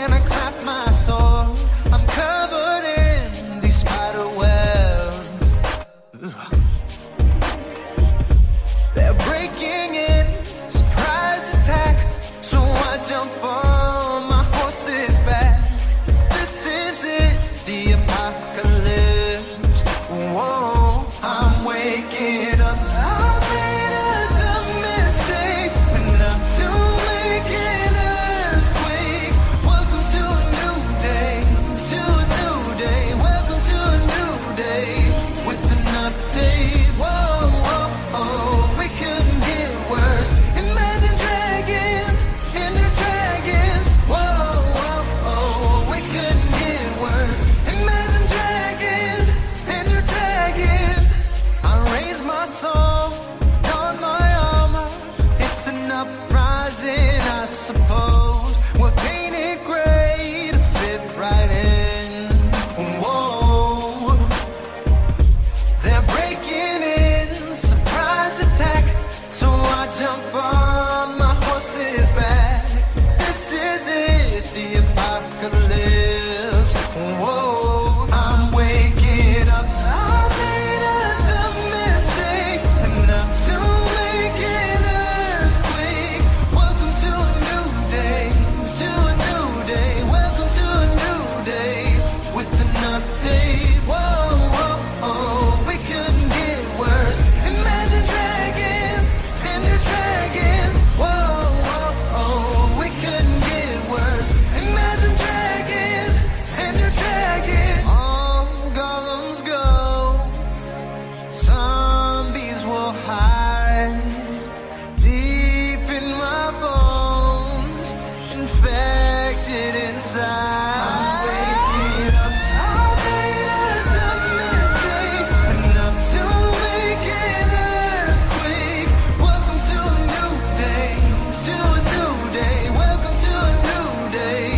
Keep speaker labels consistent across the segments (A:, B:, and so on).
A: not my song. I'm covered in these spider webs. They're breaking in, surprise attack. So I jump on my horse's back. This is it, the apocalypse. Whoa, I'm waking up. I made a dumb mistake, enough to make an earthquake. Welcome to a new day, to a new day. Welcome to a new day with an update. Whoa, whoa, oh, we couldn't get worse. Imagine dragons and their dragons. Whoa, whoa, oh, we couldn't get worse. Imagine dragons and their dragons. I raise my soul, don my armor. It's an uprising, I suppose. We're painted gray to fit right in. Whoa. They're breaking in, surprise attack. So I jump on my horse's back. This is it, the apocalypse. Whoa, I'm waking up. I made a dumb mistake, enough to make an earthquake. Welcome to a new day, to a new day. Welcome to a new day with an update. Whoa, whoa, oh, we couldn't get worse. Imagine dragons and their dragons. Whoa, whoa, oh, we couldn't get worse. Imagine dragons and their dragons. All golems go, zombies will hide deep in my bones, infected inside. I'm waking up. I made a dumb mistake, enough to make an earthquake. Welcome to a new day, to a new day. Welcome to a new day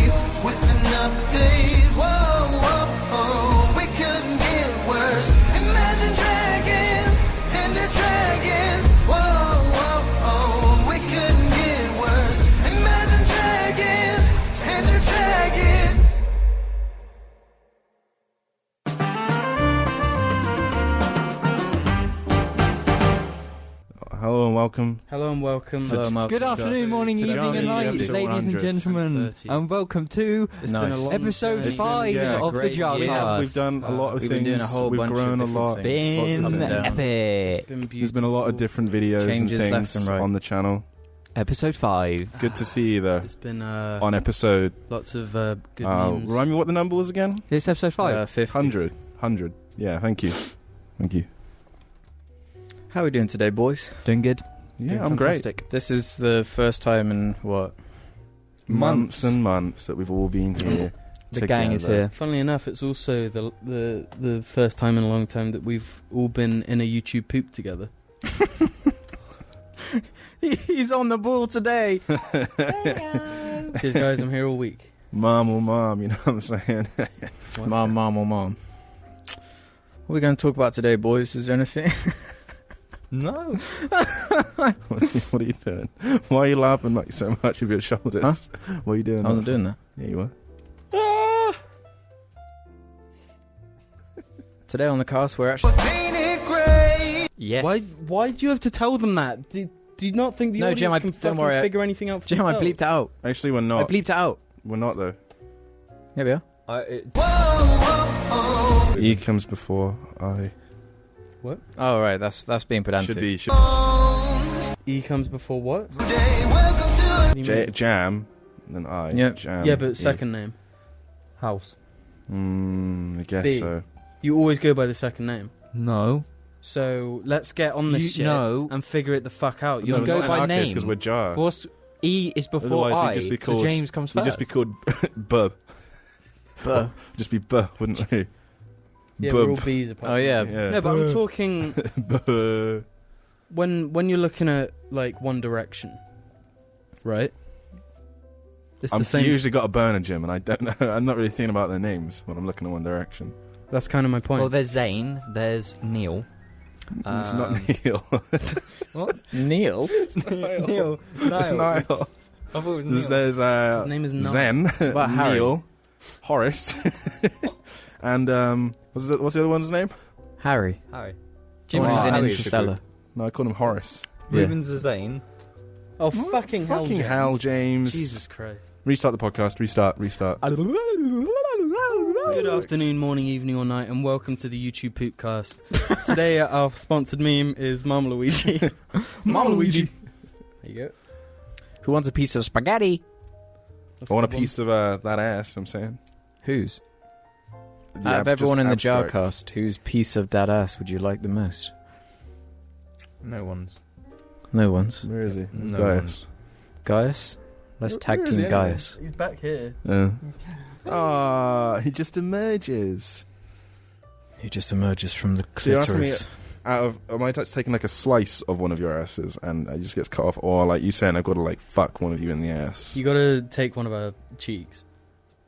A: with an update. Whoa, whoa, oh, we couldn't get worse. Imagine dragons and their dragons. Whoa, whoa, oh, we couldn't get worse. Imagine dragons and their dragons.
B: Hello and welcome.
C: Hello and welcome.
D: Hello, Mark.
E: Good afternoon, morning,
D: Today
E: evening, and
D: is
E: night,
D: episode
E: ladies and
D: 100.
E: gentlemen,
D: 130.
E: and welcome to
D: It's
C: been a long
E: episode
C: journey.
E: five
B: Yeah,
E: of the
D: great
E: Jar
D: year.
B: Yeah,
D: Us.
B: Oh, we've done a lot of things.
D: We've been doing a whole
B: we've
D: bunch of
B: grown a
D: different
B: lot.
D: things.
B: Lots
E: Been
B: of different things.
E: epic.
C: Been
B: There's been a lot of different videos
D: Changes
B: and
D: left
B: things
D: and right.
B: on the channel.
E: Episode five.
B: Good to see you though.
C: It's been uh,
B: On episode,
C: lots of uh, good
B: uh,
C: memes.
B: remind me what the number was again?
E: It's episode five.
D: Uh, fifth.
B: 100. 100. Yeah, thank you. Thank you.
D: How are we doing today, boys?
E: Doing good.
B: Yeah,
E: Doing
B: I'm great.
E: fantastic.
D: This is the first time in what?
B: Months and months that we've all been here.
E: The gang is
B: together.
E: here.
C: Funnily enough, it's also the the the first time in a long time that we've all been in a YouTube poop together.
D: He's on the ball today.
C: Cheers, guys! I'm here all week.
B: Mom or mom, you know what I'm saying?
D: mom, mom, or mom. What are we going to talk about today, boys? Is there anything?
E: No.
B: what are you doing? Why are you laughing like so much with your shoulders? What are you
D: I
B: doing?
D: wasn't doing that.
B: Yeah, you were.
C: Ah!
D: Today on the cast, we're actually.
A: But painted gray.
E: Yes.
C: Why why do you have to tell them that? Do, do you not think the
D: No,
C: audience
D: Jim, I-
C: can
D: don't
C: fucking
D: worry, I-
C: figure anything out? For
D: Jim, I
C: themselves?
D: bleeped it out.
B: Actually, we're
D: I
B: not.
D: bleeped it out.
B: We're not though.
D: Here we are.
A: Whoa, whoa, oh,
B: E comes before I.
D: Oh, right. That's that's being pedantic.
B: Should be. Should
A: bones.
C: E comes before what?
A: Day, welcome to a
C: You
B: J-
C: mean-
B: jam, then I.
D: Yeah.
B: Jam.
C: yeah, but
B: E.
C: second name.
E: house?
B: Mm, I guess
C: B.
B: so.
C: You always go by the second name.
E: No.
C: So let's get on this
E: You-
C: shit Um,
E: no.
C: and figure it the fuck out.
E: No,
C: You're
E: go
B: not in
E: by
B: our
E: name.
B: because we're jar.
E: Of course, E is before
B: Otherwise we'd
E: I.
B: just be
E: so
B: called-
E: James comes
B: We'd
E: first.
B: just be called Bub.
D: But-
B: Just be Bub, wouldn't we?
C: yeah, we're all
B: Bub.
C: B's apart.
D: oh yeah.
C: No, but I'm talking
B: Buh.
C: when when you're looking at like One Direction, right? It's
B: I'm
C: the same.
B: usually got a burner, Jim, and I don't know. I'm not really thinking about their names when I'm looking at One Direction.
C: That's kind of my point.
E: Well, there's Zane. There's Neil.
B: it's
E: Um,
B: not Neil.
D: Neil.
B: Niall.
E: Neil.
B: it's
E: Niall.
B: Niall.
E: I thought it was Neil.
B: There's, there's uh,
C: His name is Niall.
B: Zen,
D: about Harry?
B: Neil, Horace, and um, what's the, what's the other one's name?
D: Harry.
E: Harry.
D: The one
B: Oh,
D: who's in
B: Harry
D: Interstellar.
B: No, I called him Horace.
D: Yeah.
E: Ruben Zazane.
C: Oh, fucking hell.
B: Fucking
C: James.
B: hell, James!
C: Jesus Christ.
B: Restart the podcast. Restart. Restart.
C: Good afternoon, morning, evening, or night, and welcome to the YouTube Poopcast. Today, our sponsored meme is Mom Luigi. there
D: Mama Luigi.
C: you go.
D: Who wants a piece of spaghetti?
C: That's
B: I want a
C: the one.
B: piece of uh, that ass. I'm saying.
D: Who's?
B: The
D: Out
B: ab-
D: of everyone
B: just
D: in the
B: abstract.
D: Jarcast, whose piece of that ass would you like the most?
E: No one's.
D: No one's.
B: Where is he?
E: No
B: Gaius.
D: Gaius? Let's tag team Gaius.
C: He's back here.
B: Yeah. Ah, he just emerges
D: He just emerges from the
B: So you're asking me-
D: clitoris.
B: out of. Am I just taking like a slice of one of your asses and it just gets cut off, or like you saying I've got to like fuck one of you in the ass?
C: You gotta take one of our cheeks.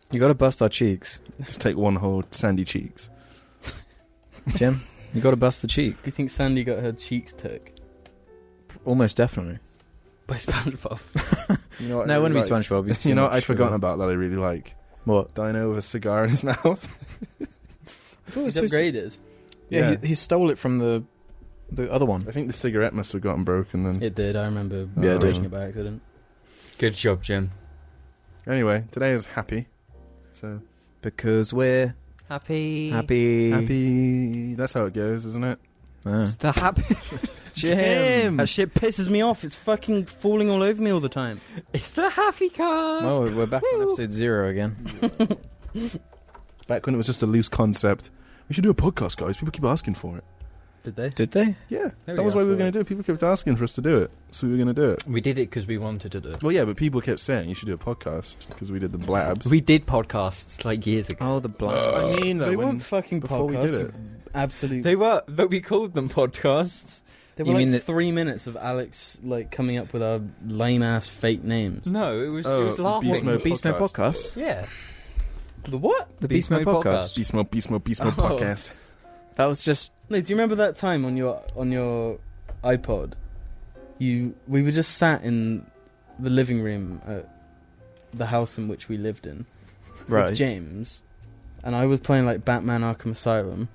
D: you gotta bust our cheeks.
B: just take one whole sandy cheeks.
D: Jim, you gotta bust the cheek.
C: Do you think Sandy got her cheeks took
D: Almost definitely.
C: by SpongeBob?
B: You know what I
D: no, it wouldn't
B: really
D: be
B: like?
D: SpongeBob. he's
B: you
D: too
B: know,
D: much
B: what I'd
D: of a-
B: forgotten about that. I really like
D: What?
B: Dino with a cigar in his mouth.
C: He's
D: supposed to-
C: upgraded.
D: Yeah,
B: Yeah.
D: He, he stole it from the the other one.
B: I think the cigarette must have gotten broken. Then
C: It did. I remember
B: Yeah,
D: it did.
C: breaking it by accident.
E: Good job, Jim.
B: anyway, today is happy. So
D: Because we're
E: Happy.
D: happy.
B: happy. That's how it goes, isn't it?
D: Ah.
E: The happy.
D: Jim.
C: That shit pisses me off. It's fucking falling all over me all the time.
E: It's the happy card.
D: Well, we're back on episode zero again.
B: Back when it was just a loose concept. We should do a podcast, guys. People keep asking for it.
C: Did they?
D: Did they?
B: Yeah,
C: There
B: that
C: we
B: was
C: go,
B: what we were
C: that's
B: going
C: what-
B: to do. People kept asking for us to do it, so we were going to do it.
E: We did it because we wanted to do it.
B: Well, yeah, but people kept saying you should do a podcast because we did the blabs.
E: We did podcasts like years ago.
D: Oh, the blast.
B: I mean,
C: They
B: though, when-
C: weren't fucking
B: before we
C: podcasts.
B: did it.
C: Absolutely.
E: They were, but we called them podcasts.
C: There
D: You
C: were like
D: mean that-
C: three minutes of Alex like coming up with our lame ass fake names.
E: No, it was
B: Oh,
E: it was
B: the
E: laughing.
B: Beast Mode
D: Beast Mode
B: podcast.
D: podcast.
E: Yeah,
C: The what?
D: The Beast Mode podcast.
B: Beast mode, beast mode, beast mode
E: Oh.
B: podcast.
D: That was just
C: No, do you remember that time on your on your iPod? You we were just sat in the living room at the house in which we lived in
D: right.
C: with James, and I was playing like Batman Arkham Asylum,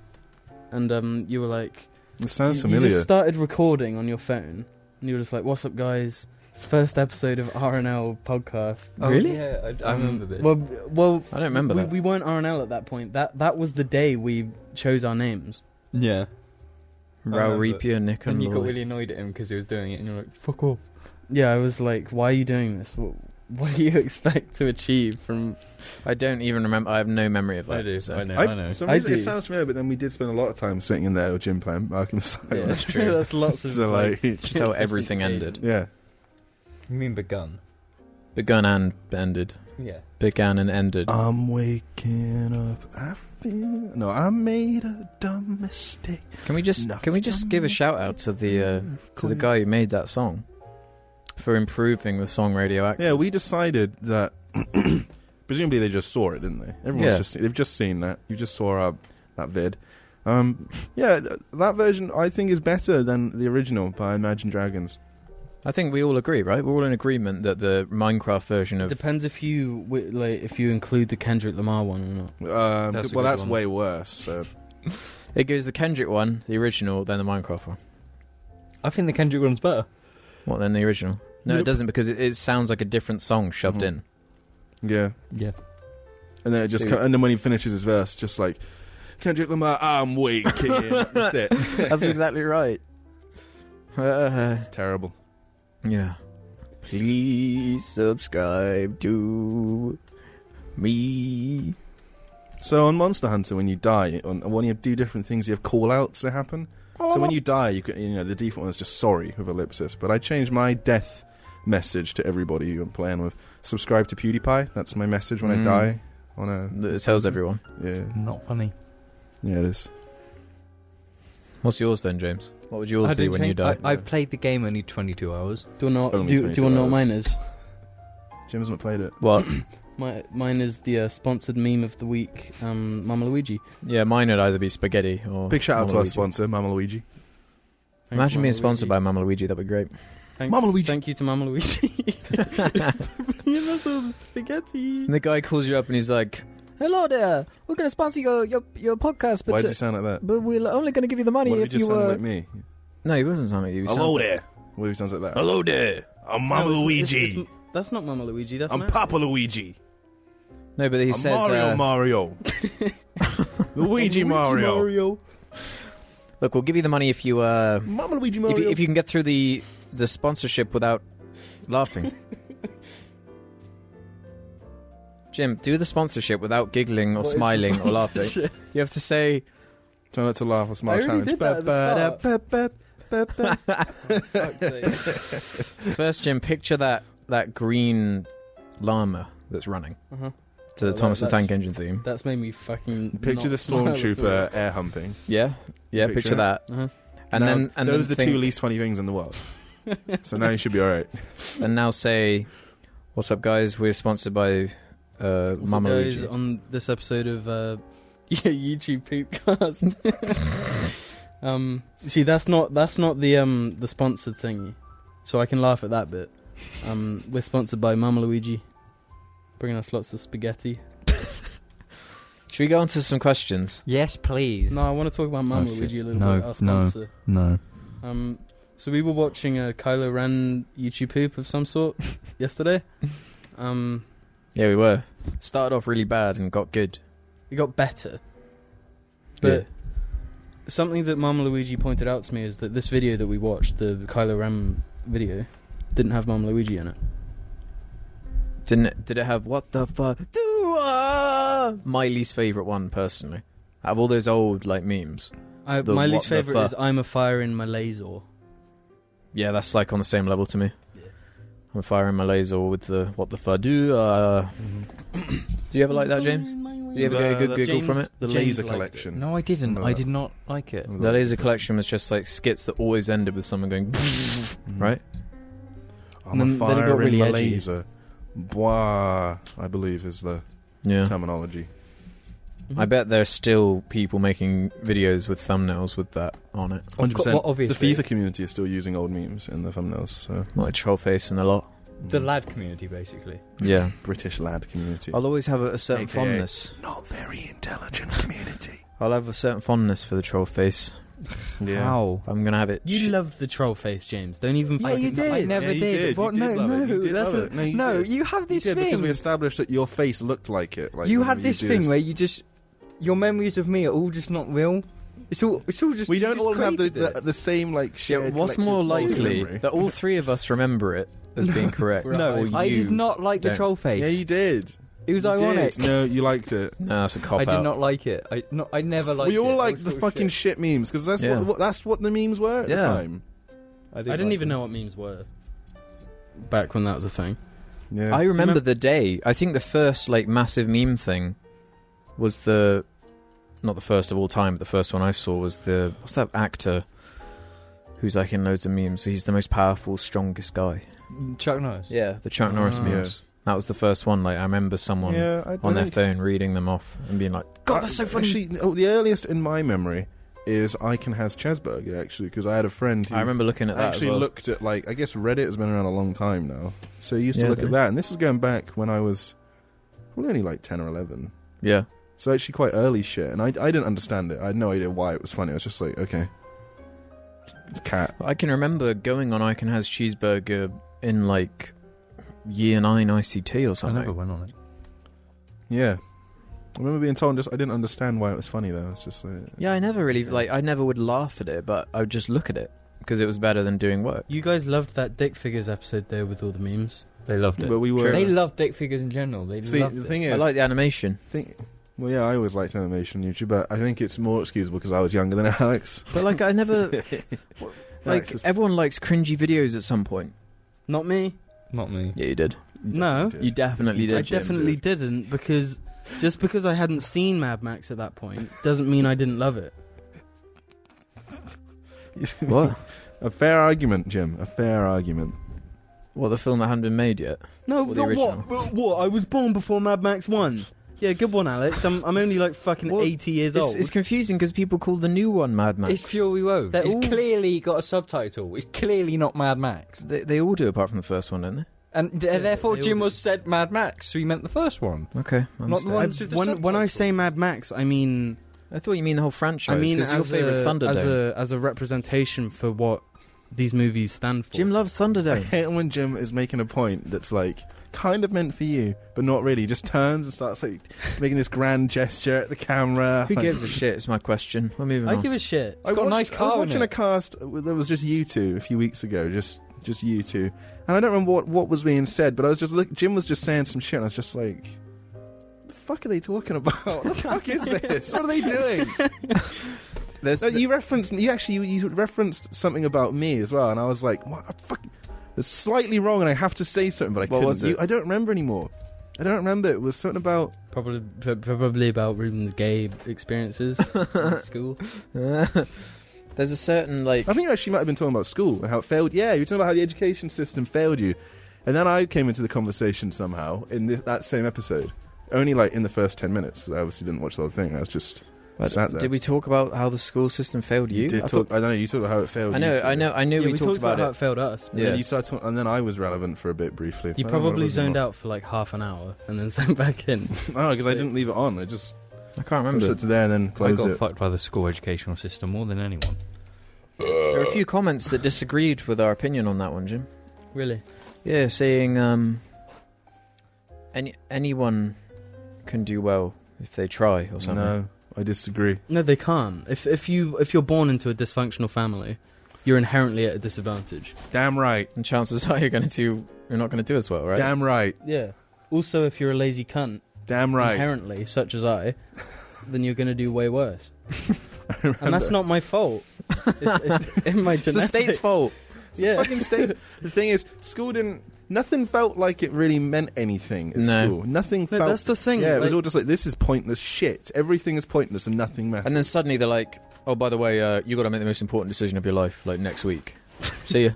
C: and um, you were like,
B: It sounds
C: you, you
B: familiar.
C: just started recording on your phone, and you were just like, "What's up, guys? First episode of RNL podcast."
E: Oh,
D: Really?
E: Yeah, I, I
C: Um,
E: remember this.
C: Well, well,
D: I don't remember
C: we,
D: that.
C: We weren't RNL at that point. That that was the day we chose our names.
E: yeah,
D: Raul Reapia, Nick, and,
E: and you got
D: Lloyd.
E: really annoyed at him because he was doing it, and you're like, "Fuck off."
C: Yeah, I was like, why are you doing this? What, what do you expect to achieve from?
D: I don't even remember. I have no memory of that.
E: I do.
D: so-
E: I know.
B: I-
E: I know.
B: for some
C: I
B: reason,
C: do.
B: It sounds familiar, but then we did spend a lot of time sitting in there with Jim playing Arkham Asylum.
C: Yeah, that's true. That's lots of,
B: so
C: like-
B: like,
D: It's just how everything ended.
B: yeah.
E: You mean begun?
D: Begun and ended.
E: Yeah.
D: Began and ended.
B: I'm waking up. I feel no. I made a dumb mistake.
D: can we just
B: Nothing.
D: can we just give a shout out to the uh, to the guy who made that song for improving the song radioactive?
B: Yeah, we decided that. presumably, they just saw it, didn't they? Everyone's
D: Yeah.
B: just they've just seen that. You just saw our, that vid. Um, yeah, th- that version I think is better than the original by Imagine Dragons.
D: I think we all agree, right? We're all in agreement that the Minecraft version of
C: Depends if you wi- like if you include the Kendrick Lamar one or not.
B: Um,
E: That's a
B: well,
E: good
B: that's
E: one.
B: way worse. So.
D: it goes the Kendrick one, the original, then the Minecraft one.
E: I think the Kendrick one's better.
D: What then the original? No, it
B: Yep.
D: doesn't because it, it sounds like a different song shoved
B: Mhm.
D: in.
B: Yeah,
E: Yeah.
B: and then it just
D: So-
B: co- and then when he finishes his verse, just like Kendrick Lamar, I'm waking. that's it.
D: That's exactly right. Uh,
B: Terrible.
D: yeah. Please subscribe to me.
B: So on Monster Hunter, when you die, on when you do different things, you have call-outs that happen. So when you die, you can, you know the default one is just sorry with ellipsis. But I changed my death message to everybody who I'm playing with. Subscribe to PewDiePie. That's my message when I
D: Mm.
B: die. On a
D: It tells everyone.
B: yeah,
E: Not funny.
B: yeah, it is.
D: What's yours then, James? What would yours be when you die?
E: I, have played the game only 22 hours.
C: Do you not do,
B: Only
C: do you
B: 22
C: want to know what
B: hours.
C: mine is?
B: Jim hasn't played it.
D: What?
C: My mine is the uh, sponsored meme of the week, um, Mama Luigi.
D: yeah, mine would either be spaghetti or.
B: Big shout out to our
D: Mamaluigi.
B: sponsor, Mama Luigi.
C: Thanks,
D: Imagine
C: Mama
D: being sponsored by
C: Luigi.
D: Mama Luigi. That'd be great.
C: Thanks,
B: Mama Luigi.
C: Thank you to Mama Luigi. Bringing us all the spaghetti.
D: And the guy calls you up and he's like, hello there. We're going to sponsor your your, your podcast,
B: Why
D: but uh,
B: does he sound like that?
D: but we're only going to give you the money
B: What if he
D: if you uh,
B: just sounded
D: were.
B: like me?
D: No, he wasn't sounding like you. He
B: Hello
D: sounds like-
B: there. What if he sounds like that?
D: Hello there.
B: I'm
C: No,
B: Mama
C: it's- it's-
B: Luigi.
C: it's- that's not Mama Luigi. That's
B: I'm
C: Mario.
B: Papa Luigi.
D: No, but he
B: I'm
D: says
B: Mario
D: uh,
B: Mario. Luigi Mario.
D: Look, we'll give you the money if you uh,
B: Mama Luigi
D: if,
B: Mario.
D: you- if you can get through the the sponsorship without laughing. Jim, do the sponsorship without giggling or
C: What is the
D: smiling or laughing.
C: sponsorship?
D: You have to say
B: Turn it to laugh or smile
C: I already
B: challenge.
C: did that at
B: Ba-
C: the
B: ba- da- ba- ba- ba-
C: Fuck's sake.
D: first, Jim. Picture that that green llama that's running
C: Uh-huh.
D: to the
C: Well,
D: Thomas
C: that-
D: the Tank Engine theme.
C: That's made me fucking.
B: Picture
C: not
B: the
C: smile at all.
B: stormtrooper air humping.
D: Yeah, yeah. Picture,
B: Picture it.
D: that,
C: Uh-huh.
D: and
B: Now,
D: then and
B: those
D: then
B: are the two
D: think-
B: least funny things in the world. so now you should be all right.
D: and now say, "What's up, guys? We're sponsored by uh,
C: Also
D: Mama
C: goes
D: Luigi."
C: on this episode of uh, yeah, YouTube Poopcast. um, see, that's not that's not the um the sponsored thingy, so I can laugh at that bit. Um, we're sponsored by Mama Luigi, bringing us lots of spaghetti.
D: Should we go on to some questions?
E: Yes, please.
C: No, I want to talk about Mama
E: shit.
C: Luigi a little
E: No,
C: bit. Our
E: no.
C: sponsor.
E: No.
C: Um, so we were watching a Kylo Ren YouTube poop of some sort yesterday. Um,
D: Yeah, we were. Started off really bad and got good.
C: it got better. But something that Mama Luigi pointed out to me is that this video that we watched, the Kylo Ren video, didn't have Mama Luigi in it.
D: Didn't it, did it have what the fuck? Do uh, my least favorite one personally. Out of all those old like memes.
C: I,
D: The
C: my
D: what
C: least
D: the
C: favorite
D: fu-
C: is "I'm a fire in my laser."
D: Yeah, that's like on the same level to me.
C: Yeah.
D: I'm firing my laser with the what the fuck? Do uh, do you ever like that, James? Did you ever get a good
B: The-
D: giggle from it?
B: The
C: James
B: laser
C: liked it.
B: collection.
E: No, I didn't.
B: No.
E: I did not like it.
D: The laser collection was just like skits that always ended with someone going right.
B: Mm-hmm. I'm
C: And
B: a
C: then- then it got
B: fire in
C: really
B: my
C: edgy.
B: laser. Bois, I believe, is the
D: Yeah,
B: terminology.
D: I bet there's still people making videos with thumbnails with that on it.
E: Of course-
B: 100%.
E: well,
B: The
E: obviously.
B: FIFA community is still using old memes in the thumbnails. So
D: Not a troll face and a lot.
E: The lad community, basically.
D: Yeah,
B: British lad community.
D: I'll always have a, a certain
B: AKA.
D: fondness.
B: Not very intelligent community.
D: I'll have a certain fondness for the troll face.
B: yeah.
E: How?
D: I'm gonna have it.
C: You loved the troll face, James. Don't even.
E: Yeah,
C: fucking-
E: you did. I never
B: Yeah, you
E: did.
B: did. You
E: What?
B: did
E: no,
B: love it.
E: no,
B: You did
E: that's
B: love
E: a-
B: it. No, you did.
E: have
B: You
E: this
B: did
E: thing.
B: because we established that your face looked like it. Like
E: you
B: when
E: have
B: we
E: this
B: do
E: thing where you just your memories of me are all just not real. It's all. It's all just.
B: we
E: you
B: don't
E: just
B: all have the,
E: created
B: the,
E: it.
B: the same like shared.
D: Yeah, what's
B: collective
D: more
B: false
D: likely
B: memory.
D: that all three of us remember it as being correct?
C: Right.
E: No,
D: or
E: I
D: you-
E: did not like the
D: don't.
E: troll face.
B: Yeah, you did.
E: it was
B: You did.
E: ironic.
B: No, you liked it.
D: No, that's a cop
E: I
D: out.
E: did not like it. I no, I never liked.
B: we
E: it.
B: all
E: I
B: liked
E: was
B: the
E: all
B: fucking shit, memes because that's
D: Yeah.
B: what, what that's what the memes were at the
D: Yeah.
B: time.
E: did
C: I didn't
E: like
C: even
E: it.
C: know what memes were back when that was a thing.
B: Yeah,
D: I remember
C: remem-
D: the day. I think the first like massive meme thing was the not the first of all time, but the first one I saw was the what's that actor who's like in loads of memes. He's the most powerful, strongest guy.
E: Chuck Norris.
D: Yeah, the Chuck Norris
C: Ah.
D: memes. That was the first one. Like I remember someone
B: yeah, I,
D: on
B: I
D: their
B: think-
D: phone reading them off and being like, "God, that's so
B: I-
D: funny."
B: Actually, oh, the earliest in my memory is I can has Chesburger actually because I had a friend who
D: I remember looking at that. as
B: actually
D: well.
B: looked at like I guess Reddit has been around a long time now, so you used to
D: Yeah,
B: look at
D: don't
B: that, and this is going back when I was probably only like ten or eleven.
D: Yeah.
B: So actually quite early shit, and I, I didn't understand it. I had no idea why it was funny. I was just like, okay, it's cat.
D: I can remember going on I Can Has Cheeseburger in like year nine ICT or
E: I never
D: something.
E: went on it.
B: Yeah, I remember being told just I didn't understand why it was funny though. It's just like
D: Yeah, I never really
B: Okay.
D: like. I never would laugh at it, but I would just look at it because it was better than doing work.
C: You guys loved that Dick Figures episode there with all the memes.
E: They loved
B: But we were
E: They love dick figures in general. They
B: see
E: loved
B: the
E: it.
B: thing is
D: I like the animation.
B: think. Well, yeah, I always liked animation on YouTube, but I think it's more excusable because I was younger than Alex.
D: But like, I never
B: Alex
D: like.
B: was-
D: Everyone likes cringy videos at some point.
C: Not me.
E: Not me.
D: Yeah, you did.
C: No.
D: You definitely
B: You
D: did.
C: I
B: Jim
C: definitely didn't because just because I hadn't seen Mad Max at that point doesn't mean I didn't love it.
D: what?
B: A fair argument, Jim. A fair argument.
D: What the film that hadn't been made yet?
C: No,
D: Well, the
C: not
D: original.
C: what? But what? I was born before Mad Max One. Yeah, good one, Alex. I'm I'm only like fucking
D: Well,
C: eighty years
D: It's,
C: old.
D: it's confusing because people call the new one Mad Max.
E: It's Fury Road.
C: They're
E: it's
C: all-
E: clearly got a subtitle. It's clearly not Mad Max.
D: they, they all do apart from the first one, don't they?
E: And th-
C: Yeah,
E: therefore,
C: they all
E: Jim
C: do.
E: was said Mad Max, so he meant the first one.
D: Okay, I,
E: Not the
D: understand.
E: one-
C: I,
E: Once with the
C: when, when I say Mad Max, I mean
D: I thought you mean the whole franchise.
C: I mean
D: 'cause
C: as
D: your favorite
C: a,
D: Thunderdome.
C: as a as a representation for what these movies stand for.
D: Jim loves
B: I
D: Thunderdome.
B: hate when Jim is making a point that's like kind of meant for you, but not really. He Just turns and starts like making this grand gesture at the camera.
D: Who
B: Like,
D: gives a shit? Is my question. We're moving
E: I
D: on.
E: give a shit. It's
B: I
E: got
B: watched,
E: a nice car.
B: I was
E: in
B: watching
E: it.
B: a cast that was just you two a few weeks ago, just just you two, and I don't remember what what was being said, but I was just look, Jim was just saying some shit, and I was just like. The fuck are they talking about? What the fuck is this? What are they doing?
D: There's
B: No, you referenced you actually you- you referenced something about me as well, and I was like, what? I fuck, it's slightly wrong, and I have to say something, but I
D: What
B: couldn't.
D: was it?
B: You- I don't remember anymore. I don't remember. It was something about
C: probably pr- probably about Ruben's gay experiences at school.
D: the- there's a certain like.
B: I think you actually might have been talking about school and how it failed. Yeah, you were talking about how the education system failed you, and then I came into the conversation somehow in thi- that same episode, only like in the first ten minutes because I obviously didn't watch the whole thing. I was just
D: But
B: sat there.
D: Did we talk about how the school system failed you?
B: did
D: I,
B: talk.
D: thought-
B: I don't know. You talked about how it failed.
D: I
B: you
D: know.
B: two.
D: I know. I knew
C: Yeah,
D: we, talked, about,
C: how it failed us.
B: And
D: Yeah.
B: then you started, talk- and then I was relevant for a bit briefly.
C: You
B: I don't know what it
C: probably
B: was anymore.
C: zoned out for like half an hour and then sent back in.
B: Oh, because I didn't leave it on. I just
D: it. I can't
B: pushed
D: remember.
B: it to there and then
F: I
B: closed
F: got
B: it.
F: fucked by the school educational system more than anyone.
D: There were a few comments that disagreed with our opinion on that one, Jim.
C: Really?
D: Yeah, saying um, any anyone can do well if they try or something.
B: Uh, No, I disagree.
C: No, they can't. If if you if you're born into a dysfunctional family, you're inherently at a disadvantage.
B: Damn right.
D: And chances are you're going to do. You're not going to do as well, right?
B: Damn right.
C: Yeah. Also, if you're a lazy cunt,
B: Damn right.
C: inherently, such as I, then you're going to do way worse.
B: I remember.
C: And that's not my fault. It's, it's in my genetics.
D: It's the state's fault.
C: Yeah.
B: Fucking states. the thing is, school didn't. Nothing felt like it really meant anything at
D: No.
B: school. Nothing
C: No,
B: felt.
C: that's the thing.
B: yeah, it was
C: like-
B: all just like this is pointless shit. Everything is pointless and nothing matters.
D: And then suddenly they're like, "Oh, by the way, uh, you got to make the most important decision of your life, like next week. See ya.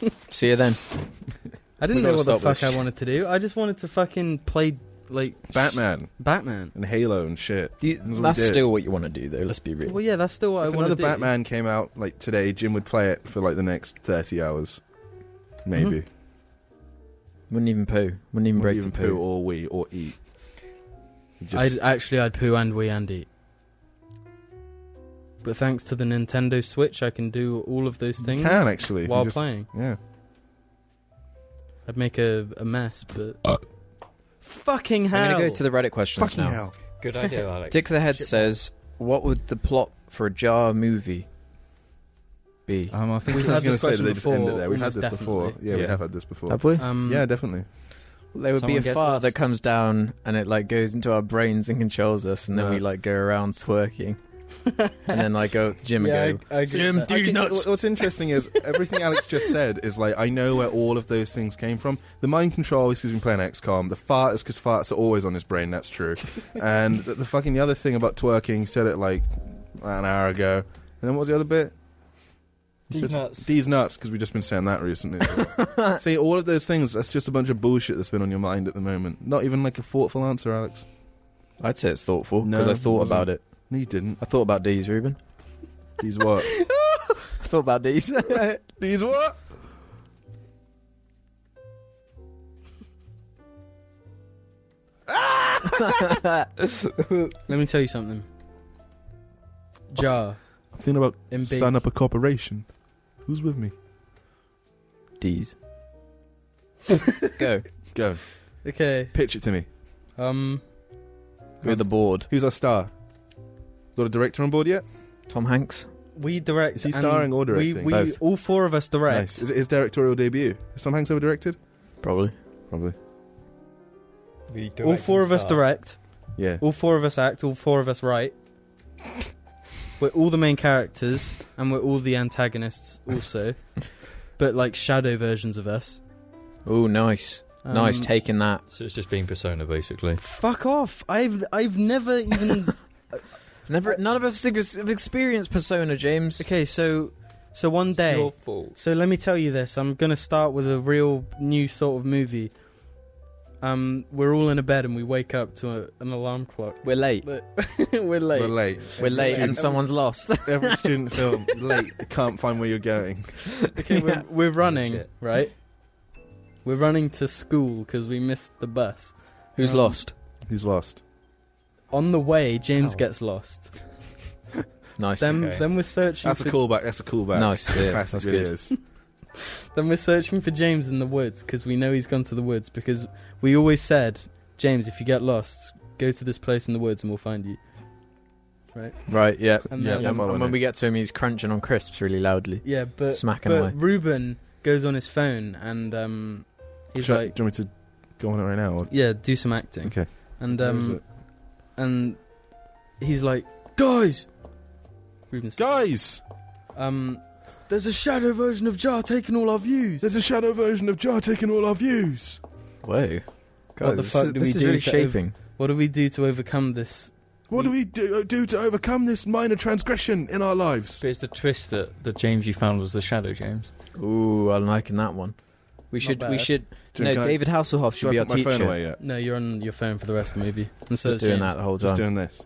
D: See ya then."
C: I didn't
D: We
C: know what
D: gotta
C: the
D: stop this
C: fuck I wanted to do. I just wanted to fucking play like
B: Batman
C: Batman.
B: and Halo and shit.
D: Do you-
B: That's what we
D: that's
B: did.
D: still what you want to do, though. Let's be real.
C: Well, yeah, that's still
B: if
C: what I wanted
B: another
C: to do.
B: Batman came out like today, Jim would play it for like the next thirty hours, maybe.
D: Wouldn't even poo. Wouldn't even
B: Wouldn't
D: Mm-hmm. break
B: even
D: to poo.
B: poo or wee or eat. He'd
C: I'd, actually, I'd poo and wee and eat. But thanks to the Nintendo Switch, I can do all of those
B: you
C: things
B: can actually You
C: while
B: just-
C: playing.
B: Yeah.
C: I'd make a, a mess, but fucking
D: Uh. I'm
C: hell!
D: going to go to the Reddit questions
B: Fucking
D: now.
B: hell.
F: Good idea, Alex.
D: Dick the Head says, "What would the plot for a Jar movie be?"
F: Um, I think
C: We've
B: I was
C: had
B: going
C: this
B: to say that
C: question
B: they just end it
C: before,
B: there. We've had
C: almost
B: this before.
C: definitely.
B: Yeah, mm. we
F: Yeah.
B: have had this before.
D: Have we?
C: um,
B: yeah, definitely.
D: There would
F: Someone
D: be a
F: gets
D: fart
F: lost.
D: that comes down and it like goes into our brains and controls us, and then
B: No.
D: we like go around twerking, and then like go up to Jim
C: Yeah,
D: and go,
C: I- I agree
D: "Jim,
C: with that.
D: do
B: I think
D: nuts."
B: what- What's interesting is everything Alex just said is like I know where all of those things came from. The mind control is because he's been playing XCOM. The fart is because farts are always on his brain. That's true. and the, the fucking the other thing about twerking, he said it like an hour ago. And then what was the other bit? He
E: These
B: says,
E: nuts.
B: These nuts, because we've just been saying that recently. See, all of those things, that's just a bunch of bullshit that's been on your mind at the moment. Not even like a thoughtful answer, Alex.
D: I'd say it's thoughtful because
B: No,
D: I thought about it.
B: No, you didn't.
D: I thought about these, Ruben.
B: These what?
D: I thought about these.
B: These what?
C: Let me tell you something. Jar
B: I'm thinking about
C: in big.
B: stand up a corporation. Who's with me?
D: D's. Go.
B: Go.
C: Okay.
B: Pitch it to me.
C: Um.
D: We're the board.
B: Who's our star? Got a director on board yet?
D: Tom Hanks.
C: We direct.
B: Is he
C: and
B: starring or directing?
C: We, we
D: Both.
C: all four of us direct.
B: Nice. Is it his directorial debut? Has Tom Hanks ever directed?
D: Probably.
B: Probably.
C: all four of us direct.
B: Yeah.
C: All four of us act. All four of us write. We're all the main characters, and we're all the antagonists also, but like shadow versions of us.
D: Oh, nice. nice.
C: Um,
D: Taking that.
F: So it's just being persona, basically.
C: Fuck off! I've I've never even.
D: Never. None of us have experienced Persona, James.
C: uh, okay, so so one day.
F: It's your fault.
C: So let me tell you this. I'm gonna start with a real new sort of movie. Um, we're all in a bed and we wake up to a, an alarm clock.
D: We're late.
C: we're late.
B: We're late.
D: We're
C: Um,
D: late,
B: Every
D: and
B: student,
D: someone's lost.
B: every student film late. Can't find where you're going.
C: Okay, we're, we're running,
F: Legit.
C: right? We're running to school because we missed the bus.
D: Who's
C: Um,
D: lost?
B: He's lost.
C: On the way, James
F: Oh.
C: gets lost.
D: Nice.
C: Then,
F: okay.
C: then we're searching.
B: That's a
C: for,
B: callback. That's a callback.
D: Nice. Yeah,
B: Classic
D: that's
B: it
D: good.
B: is.
C: Then we're searching for James in the woods because we know he's gone to the woods because we always said, James, if you get lost, go to this place in the woods and we'll find you.
D: Right, yeah.
C: And
B: Yeah,
C: then,
B: yeah,
D: And,
B: following
D: and when
B: it.
D: we get to him, he's crunching on crisps really loudly.
C: yeah, but
D: Smacking
C: but
D: away.
C: Ruben goes on his phone and um, he's
B: Should I-
C: like,
B: do you want me to go on it right now? Or,
C: yeah, do some acting.
B: okay.
C: And
B: Where is
C: um,
B: it?
C: and he's like, guys, Ruben's
B: guys,
C: Um, there's a shadow version of Jar taking all our views.
B: there's a shadow version of Jar taking all our views.
D: Whoa.
C: What the
D: this
C: fuck
D: is,
C: do
D: this
C: we
D: is
C: do
D: really
C: to
D: shaping.
C: What do we do to overcome this?
B: What do we do, uh, do to overcome this minor transgression in our lives?
F: But it's the twist that the James you found was the Shadow James.
D: Ooh, I'm liking that one. We
C: Not
D: should, we
C: bad.
D: should.
B: Jim,
D: no,
B: can I-
D: David Hasselhoff
B: should
D: should
B: I
D: be our
B: put my
D: teacher.
B: phone away yet?
C: No, you're on your phone for the rest of the movie. And so
D: Just
C: is James.
D: doing that the whole
B: Just
D: time.
B: doing this.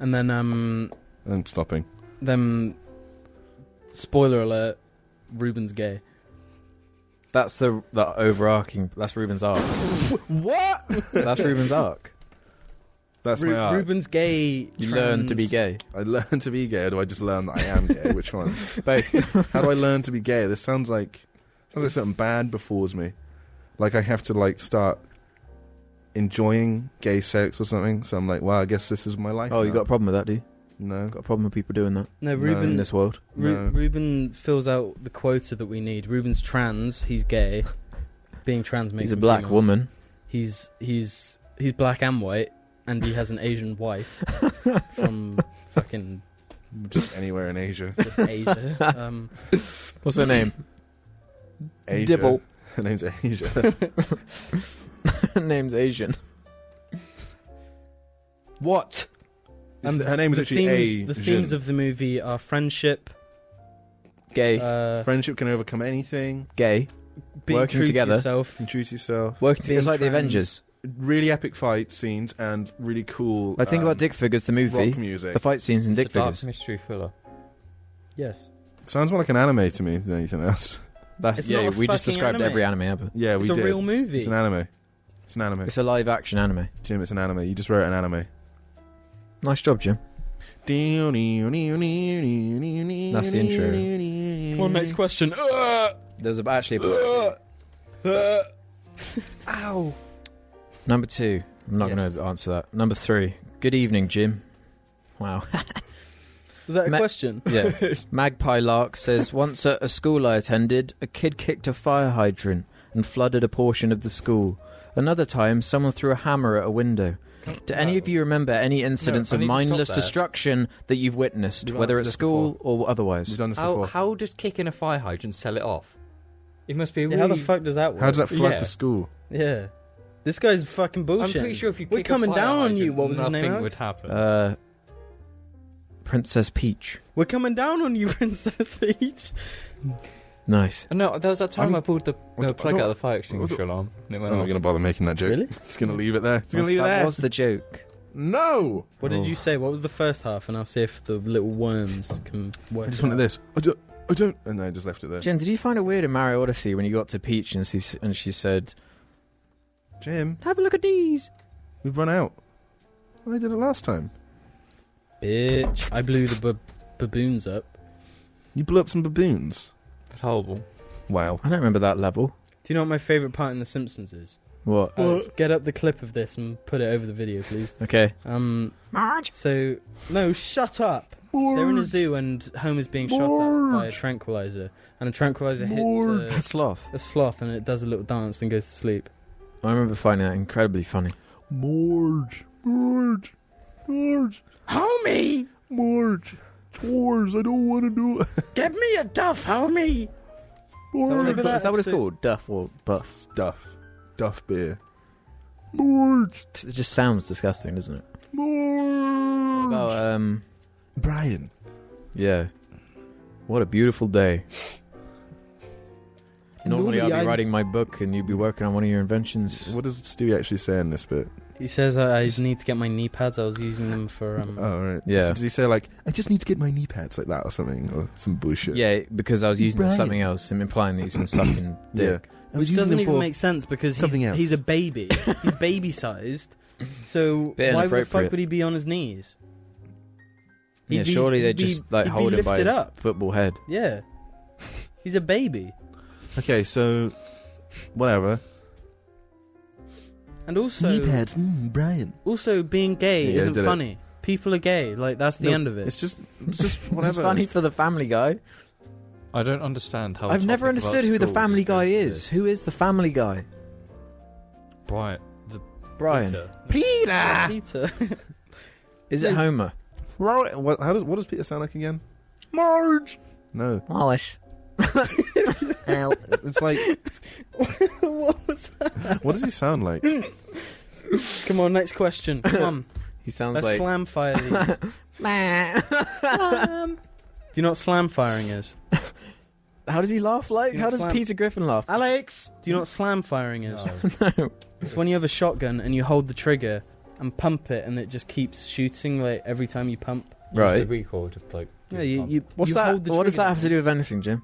C: And then, um,
B: I'm stopping.
C: then, spoiler alert, Ruben's gay.
D: That's the the overarching. That's Ruben's arc.
B: What?
D: That's Ruben's arc.
B: That's
C: Ru-
B: my art.
C: Ruben's gay.
D: You learn to be
C: trans-
D: gay.
B: I learn to be gay, or do I just learn that I am gay? Which one?
D: Both.
B: How do I learn to be gay? This sounds like sounds like something bad befalls me. Like I have to like start enjoying gay sex or something. So I'm like, wow, I guess this is my life.
D: Oh, you
B: now.
D: got a problem with that, do you?
B: no.
D: Got a problem with people doing that uh,
B: No.
C: No, Ruben.
D: in this world?
C: Ru-
B: No.
C: Ruben fills out the quota that we need. Ruben's trans. He's gay. Being trans makes
D: He's a
C: him
D: black
C: female.
D: woman.
C: He's he's he's black and white, and he has an Asian wife from fucking
B: Just anywhere in Asia.
C: just Asia. Um,
D: What's her name?
B: Asia.
D: Dibble.
B: Her name's Asia.
D: Name's Asian. What?
B: And her name is
C: the
B: actually A.
C: themes, The themes of the movie are friendship,
D: Gay.
C: uh,
B: friendship can overcome anything.
D: gay.
C: being
D: working
C: true
D: together.
C: to yourself.
B: You choose yourself.
D: Working to-
C: being
D: it's like the
C: trans.
D: Avengers.
B: Really epic fight scenes and really cool.
D: I think
B: um,
D: about Dick Figures, the
B: rock
D: movie,
B: music.
D: the fight scenes in Dick
F: it's a dark
D: Figures.
F: mystery thriller.
C: Yes,
B: Sounds more like an anime to me than anything else.
D: That's
C: It's
D: yeah.
C: not a
D: We just
C: fucking
D: described
C: anime.
D: every anime ever.
B: Yeah, we
C: it's a
B: did.
C: real movie.
B: It's an anime. It's an anime.
D: It's a live action anime.
B: Jim, it's an anime. You just wrote an anime.
D: Nice job, Jim.
B: That's
D: the intro.
B: Come
C: question.
F: Oh,
D: There's a, actually a-
E: Ow.
D: number two. I'm not
C: Yes.
D: going to answer that. Number three. Good evening, Jim. Wow.
C: Was that a
D: Ma-
C: question?
D: Yeah. Magpie Lark says Once at a school I attended, a kid kicked a fire hydrant and flooded a portion of the school. Another time, someone threw a hammer at a window. Do any of you remember any incidents
F: I
D: of
F: need to stop
D: mindless
F: there.
D: destruction that you've witnessed,
B: We've
D: whether
B: answered
D: at
B: this
D: school or otherwise?
B: We've done this
F: How,
B: before.
F: how does kicking a fire hydrant sell it off? It must be a
C: Yeah, how
F: really...
C: the fuck does that work?
B: How does that flood
F: Yeah.
B: the school?
C: Yeah, this guy's fucking
F: I'm
C: bullshit.
F: pretty sure if you
C: We're
F: kick
C: coming
F: a fire
C: down on
F: hydrant,
C: you. What was his
F: nothing
C: name, Alex?
F: would happen.
D: Uh, Princess Peach.
C: We're coming down on you, Princess Peach.
D: Nice.
F: Uh, no, there was that time
B: I'm-
F: i pulled the,
B: I
F: the plug
B: don't-
F: out of the fire extinguisher alarm. And it
B: I'm
F: went
B: not
F: off.
B: going to bother making that joke.
C: Really?
B: Just going to leave it there.
C: Just gonna leave it
D: that
C: there.
D: was the joke.
B: No!
C: What
D: Oh.
C: did you say? What was the first half? And I'll see if the little worms can
B: I
C: work.
B: just
C: it
B: wanted
C: out.
B: this. I don't. I don't. And then I just left it there.
D: Jen, did you find it weird in Mario Odyssey when you got to Peach and she, and she said,
B: Jim,
D: Have a look at these?
B: we've run out. Well, I did it last time.
C: Bitch, I blew the bab- baboons up.
B: You blew up some baboons.
F: It's horrible.
B: Wow.
D: I don't remember that level.
C: Do you know what my favourite part in The Simpsons is?
D: What?
C: Alex, get up the clip of this and put it over the video, please.
D: Okay.
C: Um,
D: Marge?
C: so no, shut up. They're in a zoo and Homer's being shot at by a
B: Marge.
C: tranquilizer, and a tranquilizer
B: Marge.
C: hits
D: Sloth.
C: a, a sloth, and it does a little dance, then goes to sleep.
D: I remember finding that incredibly funny.
B: Marge. Marge. Marge.
C: Homie,
B: Marge. Chores. I don't want to do it.
C: get me a duff, homie.
B: Marge.
C: Remember that
D: Is that what it's
C: episode?
D: called? Duff or buff?
B: Duff. Duff beer. Marge.
D: It just sounds disgusting, doesn't it?
B: Marge.
D: About, um,
B: Brian.
D: yeah. What a beautiful day. Normally, I'd be
B: I'm-
D: writing my book and you'd be working on one of your inventions.
B: What does Stewie actually say in this bit?
C: He says I, I just need to get my knee pads. I was using them for
D: Uh,
C: um,
B: Oh, right.
D: Mm. Yeah.
B: Does he say like, "I just need to get my knee pads like that" or something, or some bullshit?
D: Yeah, because I was using it
B: Right.
D: for something else. I'm implying that he's been sucking
B: Yeah.
D: dick.
B: I was
C: which
B: using
C: doesn't
B: them
C: even
B: for-
C: make sense because he's-
B: something
C: he's,
B: else.
C: a baby. he's baby sized, so
D: Bit
C: why the fuck
D: inappropriate.
C: would he be on his knees? He'd
D: Yeah,
C: be-
D: surely they
C: he'd be-
D: just like
C: he'd be
D: hold him by
C: lifted
D: his
C: up.
D: football head.
C: Yeah, he's a baby,
B: Okay, so whatever.
C: and also
B: pads, mm, Brian.
C: also being
B: Yeah,
C: gay
B: yeah,
C: isn't
B: did it.
C: funny. People are gay. Like that's the
B: No,
C: end of it.
B: It's just, it's just whatever.
D: It's funny for the Family Guy.
F: I don't understand how. a
D: I've never
F: topic about
D: understood who the
F: schools
D: Family
F: is going
D: Guy
F: to
D: is.
F: this.
D: Who is the Family Guy?
F: Brian?
D: Brian.
F: Peter.
B: Peter.
C: Peter.
D: Is it
C: No.
D: Homer?
B: Right, What, how does what does Peter sound like again?
D: Marge.
B: No,
D: Wallace.
B: it's like
C: What was that?
B: what does he sound like?
C: Come on, next question. Come on,
D: He sounds
C: let's
D: like.
C: slam fire these. slam. Do you know what slam firing is?
D: How does he laugh like?
C: Do you
D: How
C: know
D: does
C: slam-
D: Peter Griffin laugh?
C: Alex, do you know what slam firing is?
D: No.
C: It's when you have a shotgun and you hold the trigger and pump it, and it just keeps shooting like every time you pump.
D: Right.
F: Right. We called it like.
C: Yeah, you. you
D: What's
C: you
D: that?
C: hold the
D: What does
C: trigger.
D: that have to do with anything, Jim?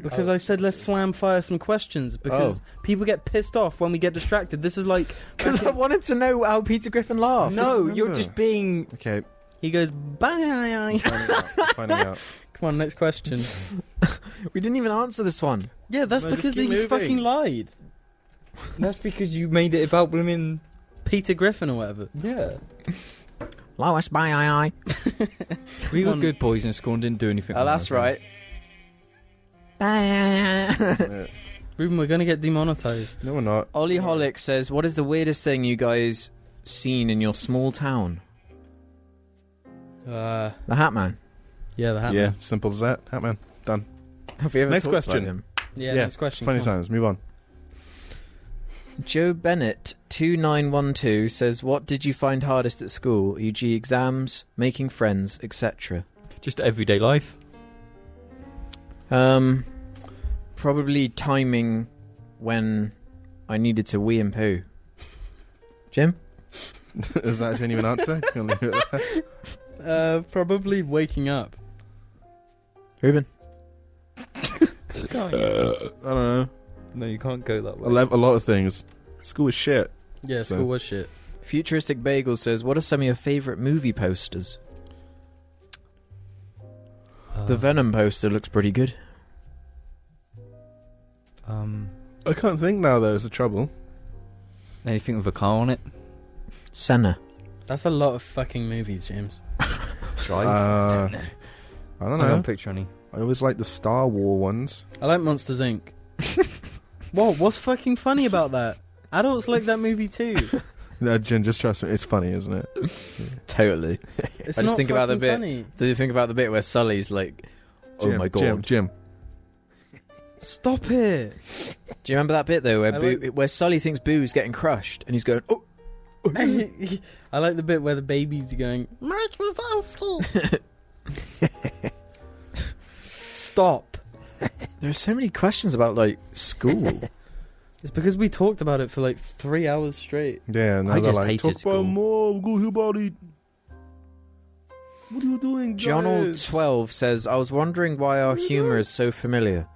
C: Because
F: Oh.
C: I said let's slam fire some questions because people get pissed off when we get distracted. This is like
D: Because I wanted to know how Peter Griffin laughs.
E: No,
B: Remember.
E: you're just being.
B: Okay,
C: he goes bye.
B: finding out. finding out.
C: Come on, next question.
D: We didn't even answer this one.
C: Yeah, that's
B: No, just
C: because
B: keep
C: he
B: moving.
C: fucking lied.
E: That's because you made it about blooming.
C: Peter Griffin or whatever.
E: Yeah.
D: Lois, bye, aye, aye.
E: We were
C: On-
E: good.
F: boys in school and didn't do anything.
D: Oh, that's right.
B: Yeah.
C: Ruben, we're gonna get demonetized.
B: No, we're not.
D: Ollie Holick says, "What is the weirdest thing you guys seen in your small town?"
C: Uh,
D: The Hat Man.
C: yeah, that happened.
B: Yeah, simple as that. Hatman.
D: Have you ever
B: Next
D: talked about
B: question.
D: him?
C: Yeah,
B: Yeah,
C: next question.
B: Plenty of
C: come on.
B: times. Move on.
D: Joe Bennett two nine one two says, "What did you find hardest at school? E.g., exams, making friends, etc."
F: Just everyday life.
D: Um, probably timing when I needed to wee and poo. Jim,
B: is that a genuine answer? Gonna leave it at that.
C: Uh, probably waking up.
D: Ruben,
B: Uh, I don't know.
E: No, you can't go that
B: A,
E: way.
B: le- a lot of things. School is shit.
C: Yeah,
B: So-
C: school was shit.
D: Futuristic Bagel says, "What are some of your favorite movie posters?"
F: Uh,
D: The Venom poster looks pretty good.
E: Um,
B: I can't think now though. Is the trouble?
E: anything with a car on it?
D: Senna.
C: That's a lot of fucking movies, James.
E: Drive.
B: Uh, I don't
E: I
B: know.
E: don't picture any.
B: I always like the Star War ones.
C: I like Monsters Inc. what? What's fucking funny about that? Adults like that movie too.
B: No, Jen, just trust me. It's funny, isn't it?
D: Totally.
C: It's
D: I just
C: not
D: think about the
C: fucking
D: bit-
C: Funny.
D: Did you think about the bit where Sully's like, "Oh
B: Jim,
D: my god"?
B: Jim, Jim.
C: Stop it.
D: Do you remember that bit though, where
C: I
D: Boo, where Sully thinks Boo's getting crushed and he's going, "Oh,
C: I like the bit where the babies are going. Mike Wazowski. Stop.
D: there's so many questions about like school."
C: It's because we talked about it for like three hours straight.
B: Yeah, and now
F: I
B: they're
F: just
B: like,
F: hated
B: talk
F: school.
B: about more. Go here, buddy. What are you doing,
D: Johnald
B: guys?
D: twelve says, "I was wondering why our humour is so familiar.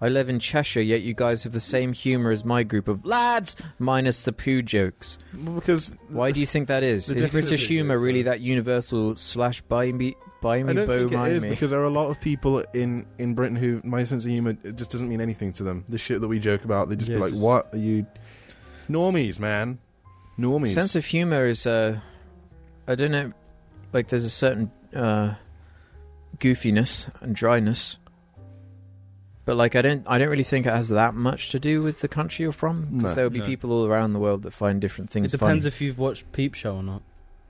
D: I live in Cheshire, yet you guys have the same humour as my group of lads, minus the poo jokes.
B: Because
D: Why do you think that is?
B: The
D: Is
B: difference
D: British
B: is- uh,
D: humour really that universal slash by me, by
B: I
D: me,
B: don't
D: bow
B: think it
D: mind
B: is
D: me?
B: because there are a lot of people in in Britain who my sense of humor it just doesn't mean anything to them. The shit that we joke about, they just
F: Yeah,
B: be like,
F: just-
B: "What are you, normies, man? Normies."
D: sense of humor is uh i don't know like there's a certain uh goofiness and dryness but like i don't i don't really think it has that much to do with the country you're from because
B: No.
D: there will be
F: No.
D: people all around the world that find different
C: It
D: things
C: depends
D: funny.
C: if you've watched Peep Show or not.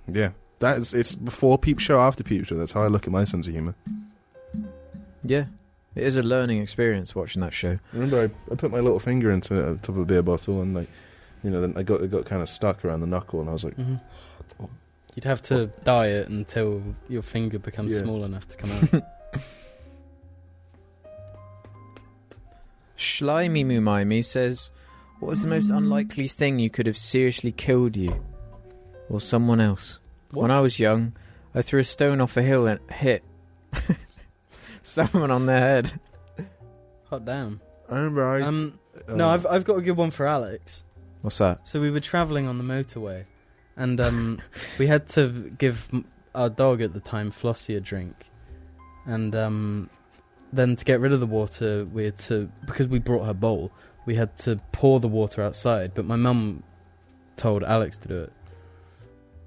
B: yeah, that's it's before peep show, after peep show. That's how I look at my sense of humor.
D: yeah it is a learning experience watching that show
B: Remember, I, I put my little finger into the top of a beer bottle and like, you know, then I got it got kind of stuck around the knuckle, and I was like,
C: Mhm. You'd have to diet until your finger becomes
B: Yeah.
C: small enough to come out.
D: Schleimimumimi says, What was the most
F: Hmm.
D: unlikely thing you could have seriously killed you? Or someone else? When I was young, I threw a stone off a hill and hit someone on their head.
C: Hot damn.
B: I remember I. uh,
C: Um, no, I've I've got a good one for Alex.
D: What's that?
C: So we were traveling on the motorway, and um, we had to give m- our dog at the time Flossie a drink, and um, then to get rid of the water, we had to because we brought her bowl, we had to pour the water outside. But my mum told Alex to do it.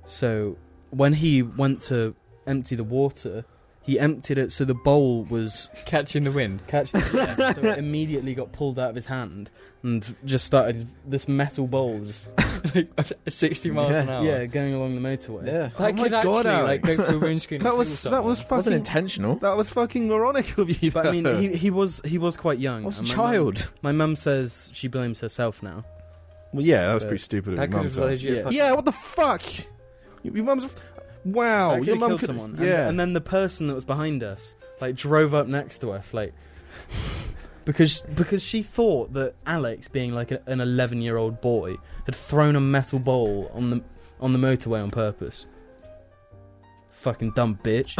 C: So when he went to empty the water, he emptied it so the bowl was
F: Catching the wind.
C: catch yeah, so it immediately got pulled out of his hand and just started this metal bowl just
F: Like, 60 miles an hour.
C: yeah going along the motorway
F: That
B: Oh my
F: could actually,
B: God,
F: like, go through a windscreen.
B: that
F: and
B: was
F: kill
B: that was
D: Wasn't
B: fucking
D: intentional.
B: that was fucking moronic of you.
C: but i mean
B: though.
C: he, he was he was quite young
D: I was a
C: and my
D: child.
C: mum- my mum says she blames herself now
B: Well, yeah, that was
C: But
B: pretty stupid.
F: someone.
B: of your
F: That could
B: mum's
F: have led
B: ass.
F: you.
C: Yeah.
F: fucking-
B: Yeah, what the fuck? Your, your mum's. a f- Wow,
C: That could've
B: Oh, your mum
C: killed
B: could.
C: someone And-
B: Yeah,
C: and, then the person that was behind us like drove up next to us like because because she thought that alex being like a, an 11 year old boy had thrown a metal bowl on the on the motorway on purpose fucking dumb bitch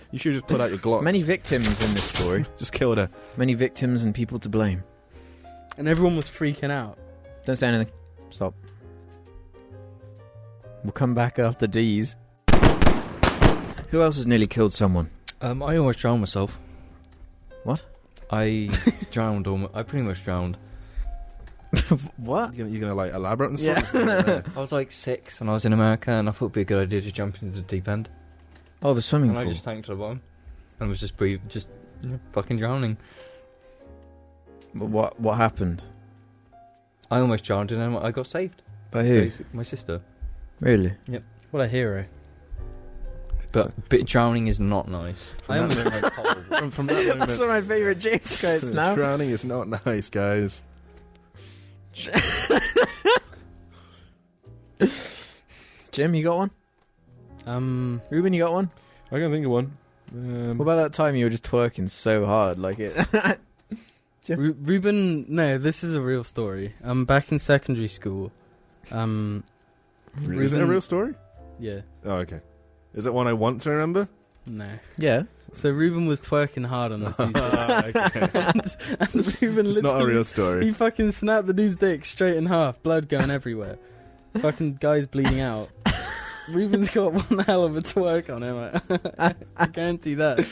B: you should just put out your Glock.
D: Many victims in this story.
B: just killed her.
D: Many victims and people to blame.
C: and everyone was freaking out.
D: Don't say anything. Stop. We'll come back after D's. Who else has nearly killed someone?
F: Um, I almost drowned myself.
D: What?
F: I drowned. Almost, I pretty much drowned.
D: what?
B: You're gonna, you're gonna like elaborate and
D: Uh, Yeah.
B: stuff. Yeah.
F: I was like six, and I was in America, and I thought it'd be a good idea to jump into the deep end.
D: Oh, the swimming
F: And I
D: pool.
F: just tanked to the bottom, and was just breathing, just you know, fucking drowning.
D: But What? What happened?
F: I almost drowned, and then I got saved.
D: By who?
F: Basi- My sister.
D: Really?
C: What a hero!
F: But but drowning is not nice.
B: From that moment- from, from that moment,
D: That's one of my favourite James quotes now.
B: Drowning is not nice, guys.
D: Jim, you got one?
C: Um,
D: Ruben, you got one?
B: I can think of one. Um,
D: What about that time you were just twerking so hard, like it? Yeah.
C: Ru- Ruben, no, this is a real story. Um, back in secondary school, um,
B: is it a
C: Ruben-
B: real story?
C: yeah,
B: Oh, okay. Is it one I want to remember?
C: no.
D: yeah.
C: So Ruben was twerking hard on this dude's dick.
B: Ah, okay.
C: and, and Ruben
B: it's not a
C: literally-
B: real story.
C: He fucking snapped the dude's dick straight in half, blood going everywhere. fucking guy's bleeding out. Ruben's got one hell of a twerk on him. I guarantee that.
D: Do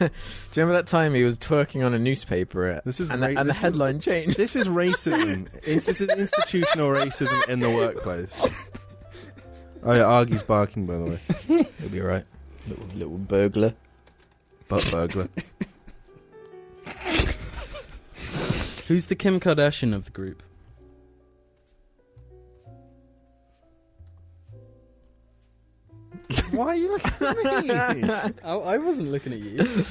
D: you remember that time he was twerking on a newspaper at,
B: This is
D: and,
B: ra-
D: the, and the
B: this is-
D: headline changed?
B: This is racism. it's, this is institutional racism in the workplace. Oh yeah, Argie's barking by the way.
D: It'll be alright. Little, little burglar.
B: Butt burglar.
C: Who's the Kim Kardashian of the group?
B: Why are you looking at me?
C: Oh, I wasn't looking at you.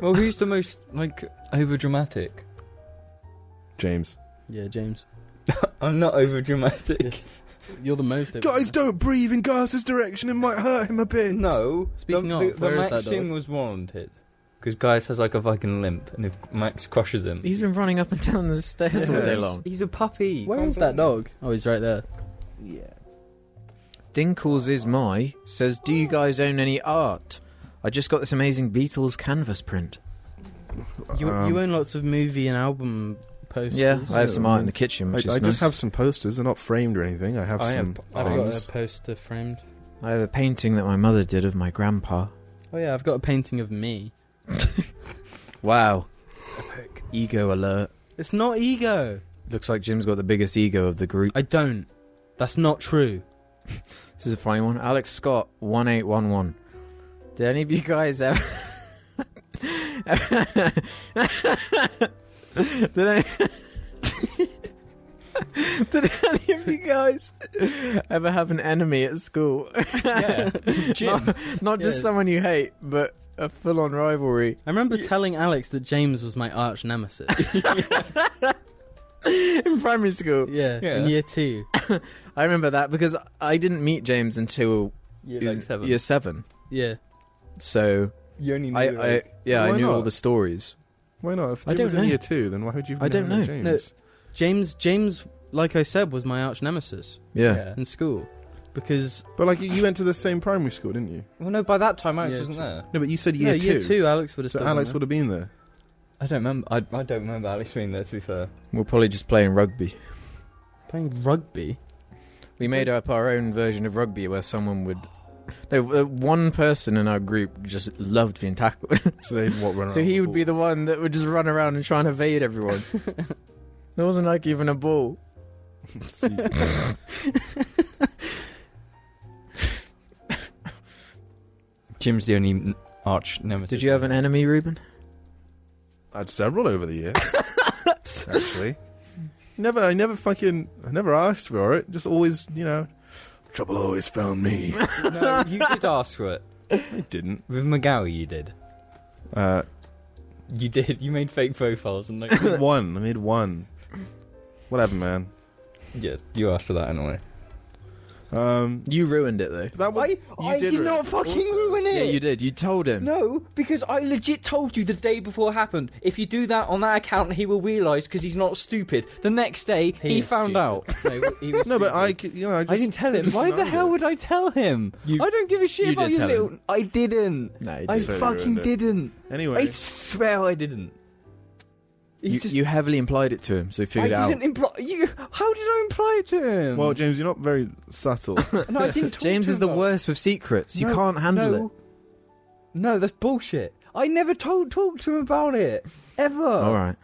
F: Well, who's the most like over dramatic?
B: James.
C: yeah, James.
F: I'm not over dramatic.
C: Yes. You're the most. of-
B: Guys, don't breathe in Garth's direction. It might hurt him a bit.
F: No.
C: Speaking
F: the,
C: of,
F: the, the
C: where is that
F: matching
C: dog?
F: was warranted because Gaius has like a fucking limp, and if Max crushes him,
D: He's been running up and down the stairs all
B: Yeah.
D: day long.
F: He's a puppy.
C: Where is that dog? Oh, he's right there.
D: Dinkles is my says, "Do you guys own any art? I just got this amazing Beatles canvas print.
C: You,
B: Um,
C: you own lots of movie and album posters.
D: Yeah, I have some art in
B: I-
D: the kitchen,
B: I, I
D: which is
B: just
D: nice.
B: have some posters. They're not framed or anything. I have
F: I
B: some
F: have-
C: I've
B: things.
C: got a poster framed.
D: I have a painting that my mother did of my grandpa.
C: Oh yeah, I've got a painting of me.
D: Wow, ego alert!
C: It's not ego.
D: Looks like Jim's got the biggest ego of the group.
C: I don't. That's not true.
D: This is a funny one. Alex Scott, 1811. Did any of you guys ever. did, any... did any of you guys ever have an enemy at school?
F: Yeah. Jim.
D: Not, not just
C: Yeah.
D: someone you hate, but a full on rivalry.
C: I remember telling Alex that James was my arch nemesis.
D: In primary school.
C: yeah,
F: Yeah.
C: in year two.
D: I remember that because I didn't meet James until
C: Yeah,
F: like seven.
D: year seven.
C: yeah.
D: So
E: You only
D: I, I yeah,
F: Why
D: I knew all
F: not?
D: the stories.
B: Why not? If
D: I
B: Jim
D: don't
B: was in
D: know.
B: year two, then why would you?
D: I don't
B: know.
D: know.
B: James?
C: No. James, James, like I said, was my arch nemesis
D: Yeah.
F: Yeah.
C: in school because
B: But like you- you went to the same primary school, didn't you?
F: Well, no, by that time Alex
C: Yeah,
F: wasn't there.
B: No, but you said
C: no,
B: year two.
C: year two, Alex would have.
B: So
C: still
B: Alex
C: been
B: would have been there.
F: I don't remember. I, I don't remember Alex being there. To be fair,
D: We're probably just playing rugby.
C: there. playing rugby.
D: We made up our own version of rugby where someone would. No, uh, one person in our group just loved being tackled.
B: So they what run
D: so
B: around
D: he
B: with
D: would be the one that would just run around and try and evade everyone. there wasn't like even a ball.
B: the ball.
F: Jim's the only n- arch nemesis.
D: Did you have an enemy, Ruben?
B: I had several over the years, actually. Never, I never fucking, I never asked for it. Just always, you know, trouble always found me.
F: no, you did ask for it
B: I didn't.
F: with McGowie. You did.
B: Uh,
F: You did. You made fake profiles and like,
B: I made one. I made one. Whatever, man.
F: yeah, you asked for that anyway.
B: Um,
D: You ruined it though.
B: but that was
E: I, I
B: did
E: did,
B: ruin
E: not
B: it.
E: fucking ruin it.
D: Yeah, you did. You told him.
E: No, because I legit told you the day before it happened.
F: If you do that on that account, he will realise because he's not stupid. The next day, he,
C: is stupid.
F: found out.
C: No, he was
B: no, but I,
C: stupid.
B: c- you know, I, just,
F: I didn't tell him.
B: just
F: Why the
B: denied
F: hell
B: it.
F: would I tell him?
D: You-
F: I don't give a shit
D: you
F: about
D: did
F: you
D: tell
F: little.
D: him.
F: I didn't.
D: No, you
F: I
D: didn't.
B: So you
F: fucking
B: ruined it.
F: didn't.
B: Anyway,
F: I swear I didn't. He's
D: You,
F: just-
D: you heavily implied it to him, so
F: I
D: he figured it out.
F: didn't imply. You. How did I imply it to him?
B: well, James, you're not very subtle.
F: no, I didn't talk
D: James
F: to
D: is
F: him
D: the
F: about-
D: worst with secrets. you
F: No,
D: can't handle
F: no.
D: it.
F: No, that's bullshit. I never told talked to him about it ever.
D: All right.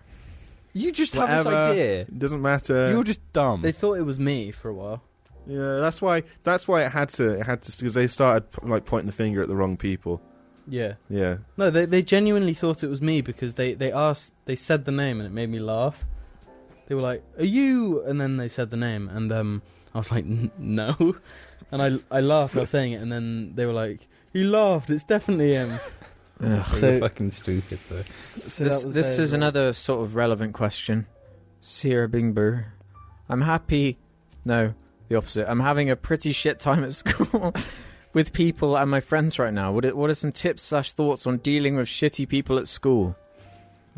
F: You just have this
B: Whatever.
F: idea.
B: Doesn't matter.
F: You're just dumb.
C: They thought it was me for a while.
B: yeah, that's why. That's why it had to. It had to because they started like pointing the finger at the wrong people.
C: Yeah.
B: Yeah.
C: No, they they genuinely thought it was me because they they asked, they said the name, and it made me laugh. They were like, "Are you?" And then they said the name, and um, I was like, "N- "No," and I I laughed while saying it, and then they were like, "You laughed. It's definitely him."
D: Ugh.
C: so-
F: fucking stupid though.
C: So
D: this
C: that was
D: this
C: their
D: is
C: job.
D: another sort of relevant question. Sierra Bingber. I'm happy. No, the opposite. I'm having a pretty shit time at school with people and my friends right now. What are, what are some tips slash thoughts on dealing with shitty people at school?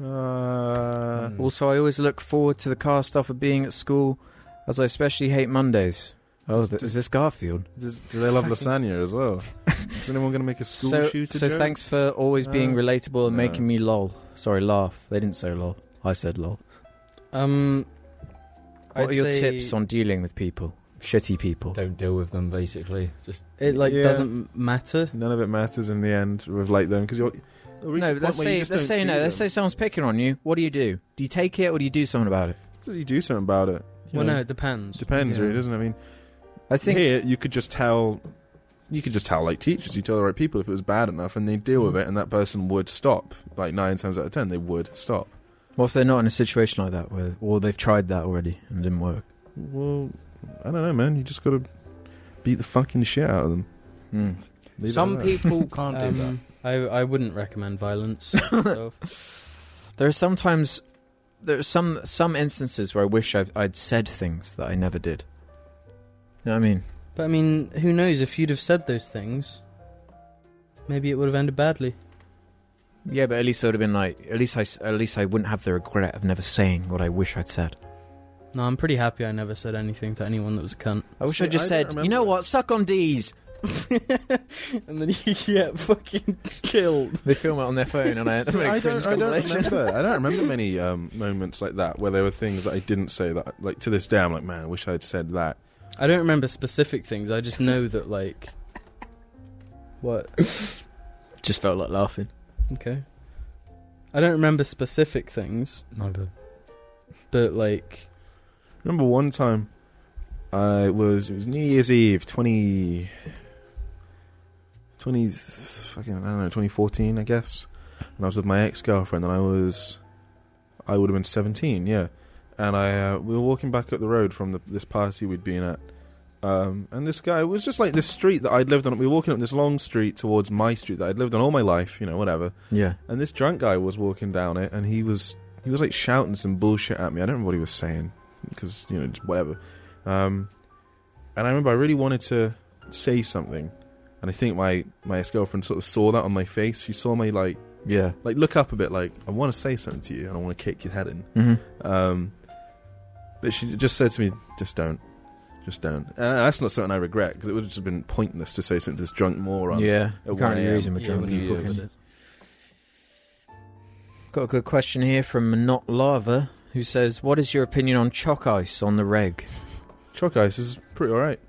F: Mm.
B: Uh,
D: Also, I always look forward to the cast off of being at school, as I especially hate Mondays. Oh, th- is this Garfield?
B: Does, do they love lasagna as well? Is anyone going to make a school
D: so,
B: shooter
D: so
B: joke?
D: thanks for always being
B: Uh,
D: relatable and
B: no.
D: making me lol. Sorry, laugh. They didn't say lol. I said lol.
C: Um,
D: What
C: I'd
D: are your
C: say
D: tips on dealing with people? Shitty people.
F: Don't deal with them. Basically, just
C: It like
B: Yeah.
C: doesn't matter.
B: None of it matters in the end with like them because you're.
D: No, but let's say, let's say no. Let's say someone's picking on you. What do you do? Do you take it or do you do something about it?
B: you do something about it. You
C: Well,
B: know,
C: no, it depends.
B: depends,
D: Yeah.
B: really, doesn't it? I mean,
D: I think
B: here you could just tell, you could just tell like teachers, you tell the right people if it was bad enough, and they deal
D: Hmm.
B: with it, and that person would stop. Like nine times out of ten, they would stop.
D: Well, if they're not in a situation like that, where or they've tried that already and it didn't work.
B: Well, I don't know, man. You just got to beat the fucking shit out of them.
D: Mm.
B: Leave it
F: some
B: at that.
F: people can't do that.
C: Um, I I wouldn't recommend violence. myself.
D: There are sometimes there are some some instances where I wish I've, I'd said things that I never did. You know what I mean?
C: But I mean, who knows? If you'd have said those things, maybe it would have ended badly.
D: Yeah, but at least I would have been like, at least I s- at least I wouldn't have the regret of never saying what I wish I'd said.
C: No, I'm pretty happy I never said anything to anyone that was a cunt.
D: I wish
B: See,
D: I just
B: I don't
D: said, you know
B: remember.
D: what, suck on D's.
C: and then you get fucking killed.
D: They film it on their phone, and I,
B: See, I don't, I don't remember. I don't remember many um, moments like that where there were things that I didn't say that. Like to this day, I'm like, man, I wish I'd said that.
C: I don't remember specific things. I just know that like, what?
D: Just felt like laughing.
C: Okay. I don't remember specific things,
F: Neither.
C: but like,
B: Remember one time, I was it was New Year's Eve, 20, 20 fucking I don't know, twenty fourteen, I guess. And I was with my ex girlfriend, and I was, I would have been seventeen, yeah. And I uh, we were walking back up the road from the, this party we'd been at. Um, and this guy it was just like this street that I'd lived on. We were walking up this long street towards my street that I'd lived on all my life, you know, whatever.
D: Yeah.
B: And this drunk guy was walking down it, and he was he was like shouting some bullshit at me. I don't remember what he was saying because you know just whatever. Um, and I remember I really wanted to say something, and I think my my ex girlfriend sort of saw that on my face. She saw my like
D: Yeah.
B: Like look up a bit. Like I want to say something to you, and I want to kick your head in.
D: Mm-hmm.
B: Um, but she just said to me, "Just don't, just don't." And that's not something I regret because it would have just been pointless to say something to this drunk moron.
D: Yeah.
B: At
D: You can't
B: 1
D: really
B: a.m.
D: reason with
B: Yeah,
D: drunk
B: when he
D: people.
B: is.
D: can you? Got a good question here from Not Lava, who says, "What is your opinion on chalk ice on the reg?"
B: Chalk ice is pretty alright.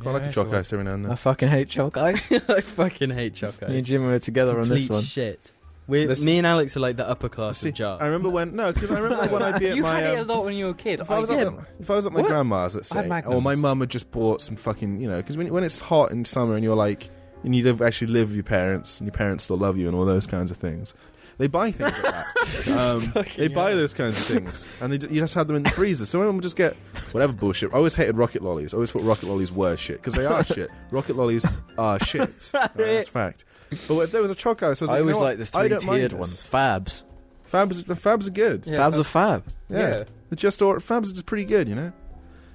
B: Quite like a chalk ice every now and
D: I
B: then.
D: fucking hate chalk ice.
C: I fucking hate Chuck
D: Me and
C: Ice.
D: Jim were together on this
C: Complete
D: one.
C: shit. We're,
D: This-
C: me and Alex are like the upper class
B: See,
C: of jar.
B: I remember when no, because I remember when I'd be at
F: you
B: my.
F: had it
B: um,
F: a lot when you were a kid.
B: If I, was at, my- if I was at my
F: What?
B: grandma's, let's
F: I had
B: say,
F: Magnums.
B: or my mum had just bought some fucking, you know, because when, when it's hot in summer and you're like, and you live, actually live with your parents and your parents still love you and all those kinds of things, they buy things like that. Um, they buy those kinds of things and they, d- you just have them in the freezer. So everyone would just get whatever bullshit. I always hated rocket lollies. I always thought rocket lollies were shit because they are shit. Rocket lollies are shit. Right, that's fact. But if there was a choco, so I was like,
D: I
B: you
D: always
B: know what?
D: like the
B: I
D: three
B: don't mind
D: tiered
B: this.
D: ones. Fabs.
B: Fabs, the fabs are good.
F: Yeah,
D: Fabs
F: Fab-
D: are fab.
B: yeah. The Just Or Fabs is pretty good, you know.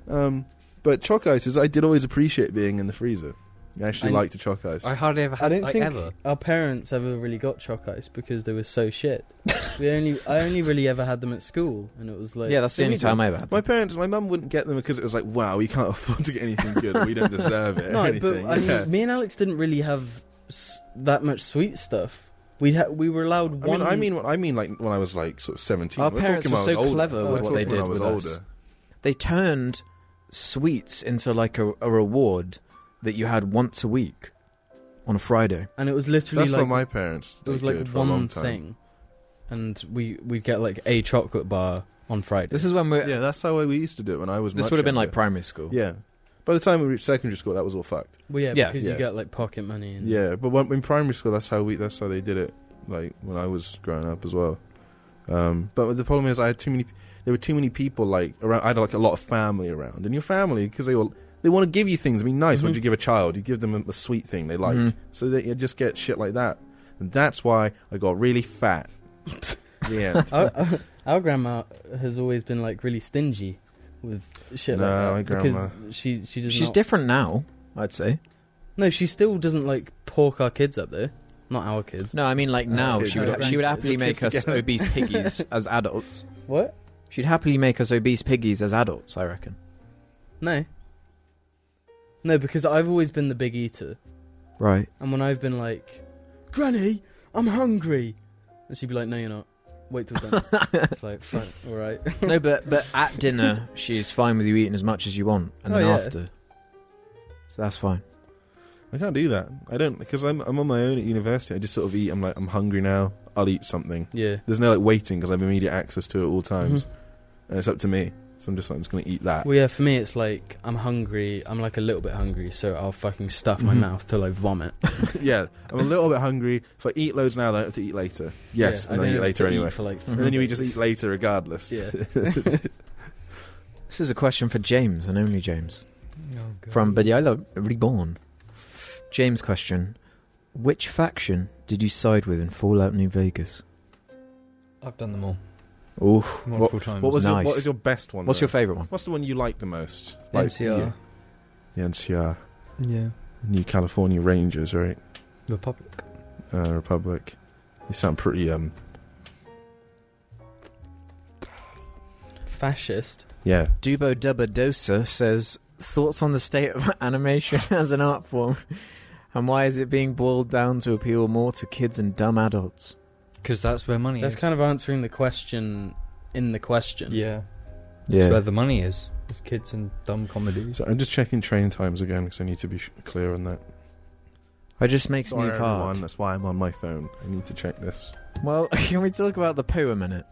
B: Um, but chalk ices, I did always appreciate being in the freezer. I actually
C: I-
B: liked the chalk ice.
F: I hardly ever
C: I
F: had
C: don't
F: like
C: think
F: ever.
C: our parents ever really got chalk ice because they were so shit. we only, I only really ever had them at school, and it was like,
D: Yeah, that's the
B: Yeah,
D: only
B: we
D: time I ever had.
B: my
D: them.
B: parents, my mum wouldn't get them because it was like, wow, we can't afford to get anything good. We don't deserve it. or
C: no, but
B: anything.
C: I mean,
B: Yeah.
C: me and Alex didn't really have s- that much sweet stuff. We ha- we were allowed
B: I mean,
C: one.
B: I mean, what I mean, like when I was like sort of seventeen.
D: Our
B: We're
D: parents
B: talking
D: were
B: when I was
D: so
B: older.
D: clever
B: We're
C: with what
B: talking
C: they
B: when I
D: did
B: was
D: with us.
B: older.
D: They turned sweets into like a, a reward that you had once a week on a Friday.
C: and it was literally
B: That's
C: like
B: what my parents.
C: it was
B: did
C: like
B: for a long
C: one
B: time.
C: thing, and we we'd get like a chocolate bar on Friday.
D: This is when we.
B: Yeah,
D: are
B: that's how we used to do it when I was.
D: this
B: much
D: would have been like
B: younger.
D: primary school.
B: yeah. By the time we reached secondary school, that was all fucked.
C: well, yeah,
D: yeah,
C: because
B: yeah.
C: you get like pocket money and
B: Yeah, but when, in primary school, that's how we that's how they did it. Like when I was growing up as well. Um, but the problem is, I had too many. There were too many people like around. I had like a lot of family around, and your family because they all they want to give you things. I mean, nice. When
C: Mhm.
B: you give a child, you give them a, a sweet thing they like,
D: Mhm.
B: so that you just get shit like that. And that's why I got really fat. yeah.
C: our, our- our grandma has always been like really stingy with shit
B: No,
C: like
B: my
C: that because she she does
D: She's
C: not-
D: different now, I'd say.
C: No, she still doesn't like pork our kids up though. Not our kids.
D: No, I mean like
B: Uh,
D: now.
B: kids,
D: She would,
C: yeah.
D: she would happily
B: Your
D: make
B: kids
D: us
B: together.
D: obese piggies as adults.
C: What?
D: She'd happily make us obese piggies as adults, I reckon.
C: No. No, because I've always been the big eater,
D: Right.
C: and when I've been like, "Granny, I'm hungry," and she'd be like, "No, you're not. Wait till dinner." it's like, "Fuck, all right."
D: no, but but at dinner she's fine with you eating as much as you want, and
C: Oh,
D: then
C: yeah.
D: after, so that's fine.
B: I can't do that. I don't because I'm I'm on my own at university. I just sort of eat. I'm like I'm hungry now. I'll eat something.
C: Yeah.
B: There's no like waiting because I have immediate access to it at all times, and it's up to me. So I'm just like, I'm just gonna eat that.
C: Well, yeah. For me, it's like I'm hungry. I'm like a little bit hungry, so I'll fucking stuff my
B: Mm-hmm.
D: Mhm.
C: mouth till I vomit.
B: yeah, I'm a little bit hungry. If I eat loads now, then I have to eat later. Yes,
C: Yeah,
B: and then I eat Mm-hmm.
C: don't have
B: later
C: to eat
B: anyway.
C: for like
D: Mhm.
B: And then you
C: three
B: just
C: days.
B: eat later regardless.
C: Yeah.
D: This is a question for James and only James
F: Oh, God.
D: from Badiala Reborn. James' question: Which faction did you side with in Fallout New Vegas?
F: I've done them all
D: Ooh,
F: multiple times.
B: What was your,
D: Nice.
B: what is your best one?
D: what's
B: though?
D: your favourite one?
B: What's the one you like the most?
E: The NCR.
B: yeah. The NCR,
E: Yeah.
B: New California Rangers, right?
F: Republic?
B: Uh, Republic. They sound pretty um.
C: Fascist.
B: Yeah.
D: Dubo Dubadosa says thoughts on the state of animation as an art form, and why is it being boiled down to appeal more to kids and dumb adults?
F: Because that's where money
C: That's
F: is.
C: kind of answering the question in the question.
F: yeah. That's where the money is. It's kids and dumb comedies.
B: So I'm just checking train times again because I need to be sh- clear on that.
D: It just makes
B: Sorry,
D: me
B: everyone.
D: hard.
B: That's why I'm on my phone. I need to check this.
D: Well, can we talk about the poo a minute?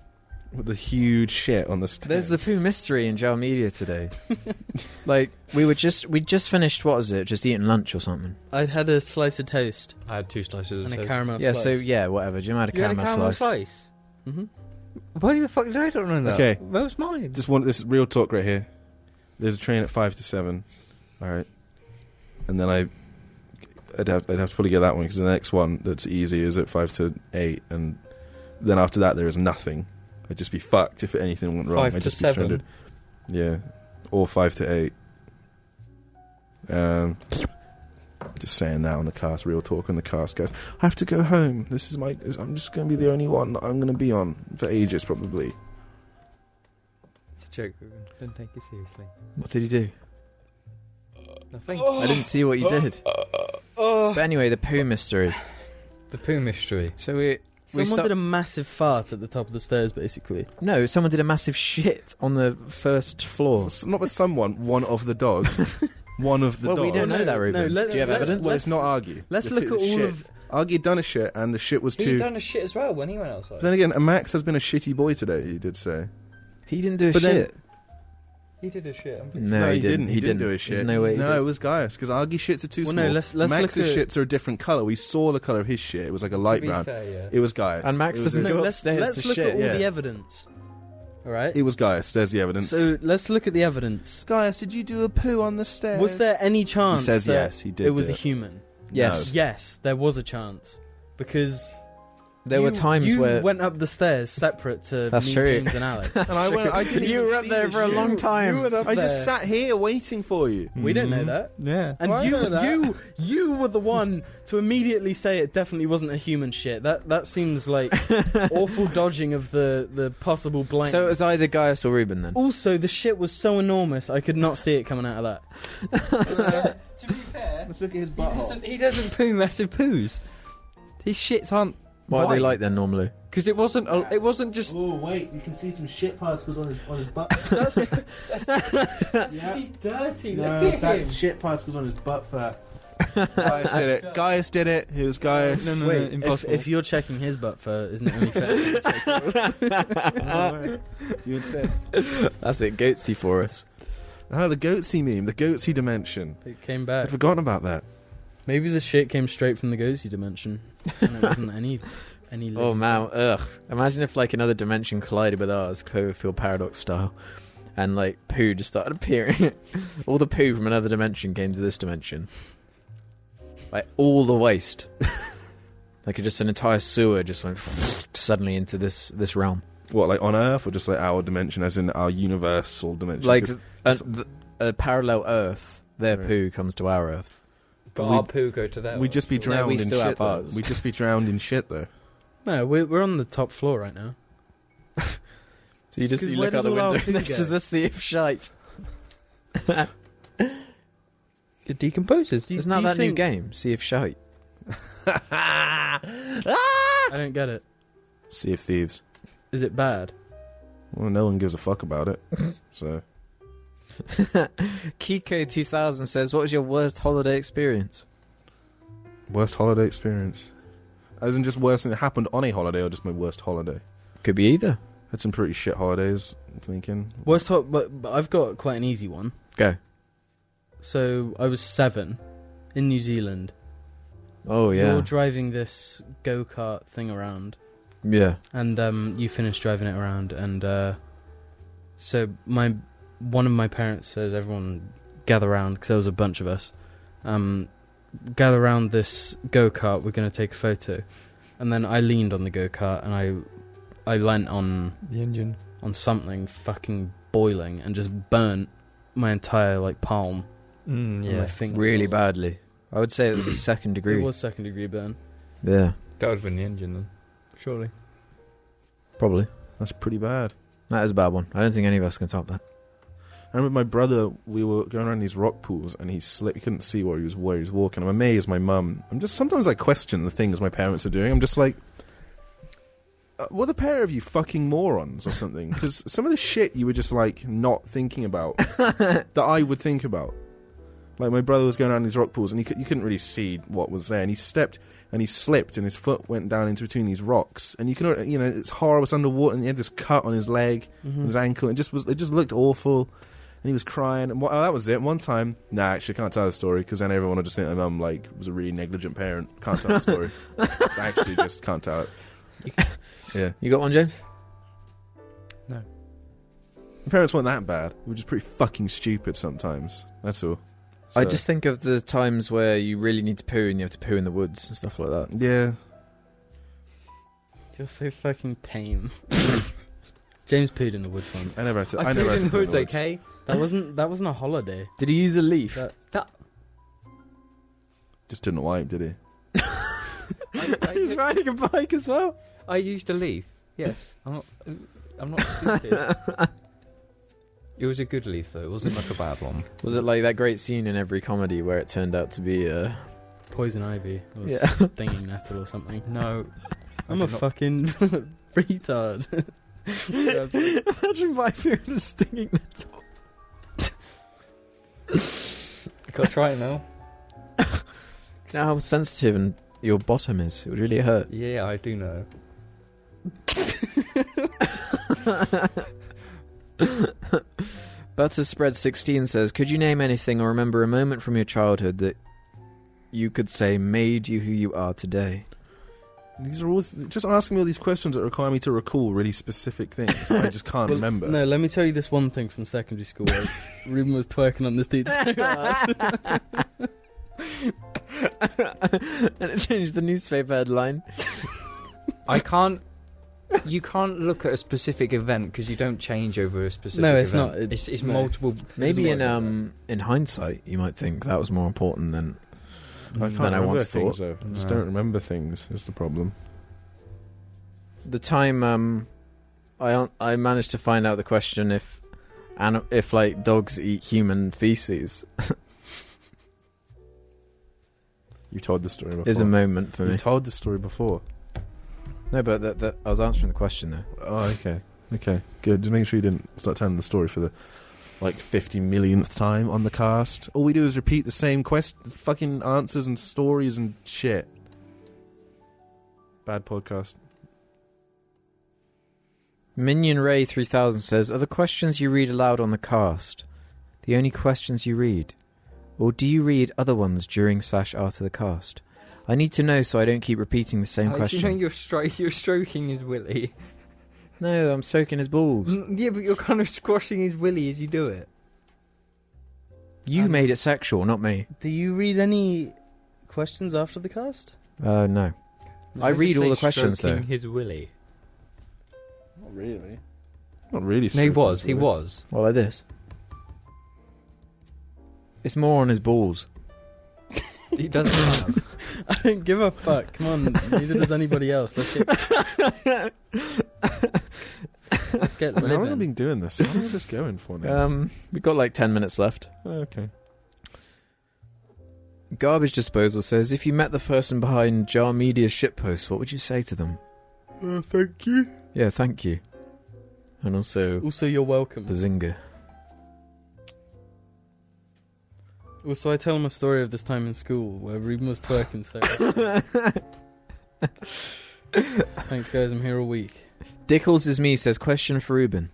B: With the huge shit on the stage.
D: There's the poo mystery in Jowl Media today. like we were just we just finished what was it? Just eating lunch or something?
C: I had a slice of toast
F: I had two slices of
C: and a
F: toast.
C: caramel.
D: yeah.
C: slice.
D: So yeah, whatever. Jim had a
F: You had a
D: caramel,
F: caramel
D: slice.
F: slice?
C: Mhm.
F: Why the fuck did I don't know that?
B: Okay.
F: Where was mine?
B: Just want this real talk right here. There's a train at five to seven. All right, and then I, I'd have I'd have to probably get that one because the next one that's easy is at five to eight, and then after that there is nothing. I'd just be fucked if anything went wrong.
F: Five
B: I'd
F: to
B: just be
F: seven?
B: stranded. Yeah, or five to eight. Um, Just saying that on the cast, real talk, and the cast goes, "I have to go home. This is my. I'm just going to be the only one that I'm going to be on for ages, probably."
F: It's a joke, Ruben. Don't take it seriously.
D: What did you do?
F: Nothing.
D: I didn't see what you did.
F: Uh,
D: But anyway, the poo mystery.
F: The poo mystery.
D: So we
C: Someone
D: start-
C: did a massive fart at the top of the stairs, basically.
D: no, someone did a massive shit on the first floor.
B: S- Not with someone. One of the dogs. one of the
D: well,
B: dogs.
D: we don't know that, Ruben.
C: No, let's-
D: do you have
C: let's-
D: evidence?
B: Well, it's not Argy.
C: Let's
B: It's-
C: look at
B: it's
C: all
B: shit.
C: of.
B: Argy done a shit, and the shit was
F: He
B: too.
F: done a shit as well when he went outside.
B: But then again, Max has been a shitty boy today. He did say.
D: He didn't do a
B: But then-
D: shit.
F: he did a shit. I'm
D: no, he, didn't.
B: He, didn't. do his shit.
D: There's no way. he
B: No,
D: did.
B: it was Gaius because Argy shits are too
C: Well, no,
B: small.
C: let's- let's
B: Max's
C: look at-
B: shits are a different color. We saw the color of his shit. It was like a
F: to
B: light
F: be
B: brown.
F: fair, yeah.
B: It was Gaius.
D: And Max
B: it was
D: doesn't
B: a-
D: go
C: let's
D: upstairs
C: let's
D: to
C: look
D: shit.
C: at all
B: Yeah.
C: the evidence. All right.
B: It was Gaius. There's the evidence.
C: So let's look at the evidence.
B: Gaius, did you do a poo on the stairs?
C: Was there any
B: He
C: chance?
B: says
C: that
B: yes. He did.
C: It was
B: do
C: a human.
D: Yes.
C: Yes, there was a chance because
D: There were
C: you-
D: times
C: you
D: where
C: went up the stairs separate to
D: That's
C: me,
D: true.
C: James, and Alex.
B: And I went. I didn't
D: You
B: even
D: were up
B: see
D: there
B: the
D: for a
B: shit.
D: long time.
C: You went up
B: I just
C: there.
B: sat here waiting for you.
C: We didn't know
B: Mm.
F: Mhm.
C: that.
E: Yeah.
C: And
B: Well, I
C: you,
B: know that.
C: you, you were the one to immediately say it definitely wasn't a human shit. That that seems like awful dodging of the the possible blame.
D: So it was either Gaius or Ruben then.
C: also, the shit was so enormous, I could not see it coming out of that.
F: to be fair,
B: Let's look at his
F: he doesn't, he doesn't poo massive poos. His shits aren't
D: What are
F: Why?
D: they like then normally?
F: because it wasn't. A, it wasn't just.
B: Oh wait, you can see some shit particles on his on his butt.
F: He's dirty.
B: shit particles on his butt fat. Gaius did it. Gaius did it. It was Gaius.
E: No, no,
C: Wait,
E: no,
C: if,
E: impossible.
C: if you're checking his butt fur, isn't it only fair?
B: Oh, you insist.
D: That's it, goatsy for us.
B: Oh, the goatsy meme, the goatsy dimension.
C: it came
B: I'd
C: back.
B: forgotten about that.
C: Maybe the shit came straight from the Gozi dimension, and it wasn't any any.
D: Oh
C: living-
D: man, ugh. Imagine if like another dimension collided with ours, Cloverfield paradox style, and like poo just started appearing. all the poo from another dimension came to this dimension. Like all the waste. like just an entire sewer just went suddenly into this this realm.
B: What, like on Earth, or just like our dimension, as in our universal dimension?
D: Like uh,
B: 'Cause
D: a, th- a parallel Earth, their
B: Right.
D: poo comes to our Earth.
F: But
B: We-
F: our poo go to that.
B: we'd just be
D: No, we
B: drowned in
D: still
B: shit.
D: have
B: Though.
D: ours.
B: We'd just be drowned in shit, though.
C: No, we're we're on the top floor right now.
D: So you just
C: 'Cause
D: you
C: where
D: look
C: does
D: out the
C: all our
D: window
C: poo
D: and this
C: go?
D: is a sea of shite.
E: It decomposes.
C: Do you-
D: Isn't
C: do
D: that
C: you
D: that new
C: think-
D: game, Sea of Shite?
C: I don't get it.
B: Sea of Thieves.
C: Is it bad?
B: Well, no one gives a fuck about it. So
D: Kiko 2000 says, What was your worst holiday experience?
B: worst holiday experience. As in just worse than it happened on a holiday, or just my worst holiday.
D: Could be either.
B: Had some pretty shit holidays. I'm thinking.
C: Worst hot, but, but I've got quite an easy one.
D: Go.
C: So I was seven in New Zealand.
D: Oh,
C: You're
D: yeah.
C: driving this go kart thing around,
D: Yeah.
C: and um, you finish driving it around, and uh, so my one of my parents says everyone gather round because there was a bunch of us. Um, gather round this go kart. We're going to take a photo, and then I leaned on the go kart and I I leant on
E: The engine.
C: on something fucking boiling and just burnt my entire like palm.
E: Mm,
F: Oh,
C: and my finger.
D: Really badly. I would say it was second degree.
C: It was second degree burn.
D: Yeah,
F: That would have been the engine then.
E: Surely.
D: probably.
B: That's pretty bad.
D: That is a bad one. I don't think any of us can top that.
B: I remember my brother. We were going around these rock pools, and he slipped. He couldn't see where he was where he was walking. I'm amazed. My mum. I'm just sometimes I question the things my parents are doing. I'm just like, uh, what the pair of you fucking morons or something? Because some of the shit you were just like not thinking about that I would think about. Like my brother was going around these rock pools, and he cou- you couldn't really see what was there, and he stepped and he slipped, and his foot went down into between these rocks, and you can al- you know it's horrible. It's underwater, and he had this cut on his leg on his ankle. It just was. It just looked awful, and he was crying. And wha- oh, that was it. One time, nah, actually, I can't tell the story because then everyone would just think my mum like was a really negligent parent. Can't tell the story. So I actually just can't tell it.
D: You got one, James?
B: My parents weren't that bad. They were just pretty fucking stupid sometimes. That's all.
D: I
B: So-
D: just think of the times where you really need to poo and you have to poo in the woods and stuff like that.
B: yeah.
C: You're so fucking tame. James pooed in the wood once.
B: I never had to.
F: I,
B: I, never had
F: pooed
B: to
F: in
B: put
F: hoods,
B: the words.
F: okay?
C: That wasn't that wasn't a holiday.
D: Did he use a leaf?
C: That-
B: Just didn't wipe, did he?
E: I,
D: He's
E: I,
D: riding a bike as well.
E: I used a leaf. Yes, I'm not. I'm not stupid.
F: It was a good leaf though. It wasn't like a bad one.
D: Was it like that great scene in every comedy where it turned out to be uh,
C: Poison ivy or
D: Yeah.
C: yeah. stinging nettle or something.
F: No,
C: I'm a
F: did not-
C: fucking retard.
D: Imagine wiping with a stinging nettle.
F: Can I try it now?
D: You know how sensitive and your bottom is. It would really hurt.
F: Yeah, I do know.
D: Butter Spread 16 says, Could you name anything or remember a moment from your childhood that you could say made you who you are today?
B: These are all just asking me all these questions that require me to recall really specific things. I just can't
C: Well,
B: remember.
C: No, let me tell you this one thing from secondary school. Where Ruben was twerking on this dude.
D: and it changed the newspaper headline.
F: I can't. You can't look at a specific event because you don't change over a specific.
C: No, it's
F: event.
C: not. It-
F: it's it's
C: no.
F: multiple.
D: Maybe in
F: doesn't work like
D: um in hindsight, you might think that was more important than
B: I
C: Mm.
B: can't
D: than I
B: remember
D: once
B: things. Though. I just
F: No.
B: don't remember things. Is the problem?
D: the time um I I managed to find out the question if and if like dogs eat human feces
B: You told the story before.
D: is a moment for
B: you
D: me.
B: told the story before.
D: No, but that, that I was answering the question there.
B: Oh, okay, okay, good. Just make sure you didn't start telling the story for the like fifty millionth time on the cast. All we do is repeat the same quest, fucking answers and stories and shit. Bad podcast.
D: Minion Ray 3000 says, Are the questions you read aloud on the cast the only questions you read? Or do you read other ones during slash after the cast? I need to know so I don't keep repeating the same
F: Alex, Oh, You know
D: question.
F: you're, stri- you're stroking his willy.
D: No, I'm soaking his balls.
F: Mm, yeah, but you're kind of squashing his willy as you do it.
D: You
C: Um,
D: made it sexual, not me.
C: Do you read any questions after the cast?
D: Uh, no. I
F: Did
D: read
F: just
D: all
F: say
D: the questions,
F: stroking
D: though.
F: His willy.
B: Not really. Not really.
F: No, he
B: stupid,
F: was. He
B: really.
F: was.
D: Well, like this. It's more on his balls.
F: He doesn't have.
C: I don't give a fuck. Come on, neither does anybody else. Let's get let's get
B: How long have I
C: living.
B: been doing this? How long is this going for now? Oh,
D: Um, we've got like 10 minutes left.
B: okay.
D: Garbage Disposal says, If you met the person behind Jar Media's shitpost, what would you say to them?
C: Uh, thank you.
D: Yeah, thank you. And also,
C: Also, you're welcome.
D: Bazinga.
C: Also, I tell him a story of this time in school where Ruben was twerking. So thanks, guys. I'm here all week.
D: Dickles is me says, Question for Ruben.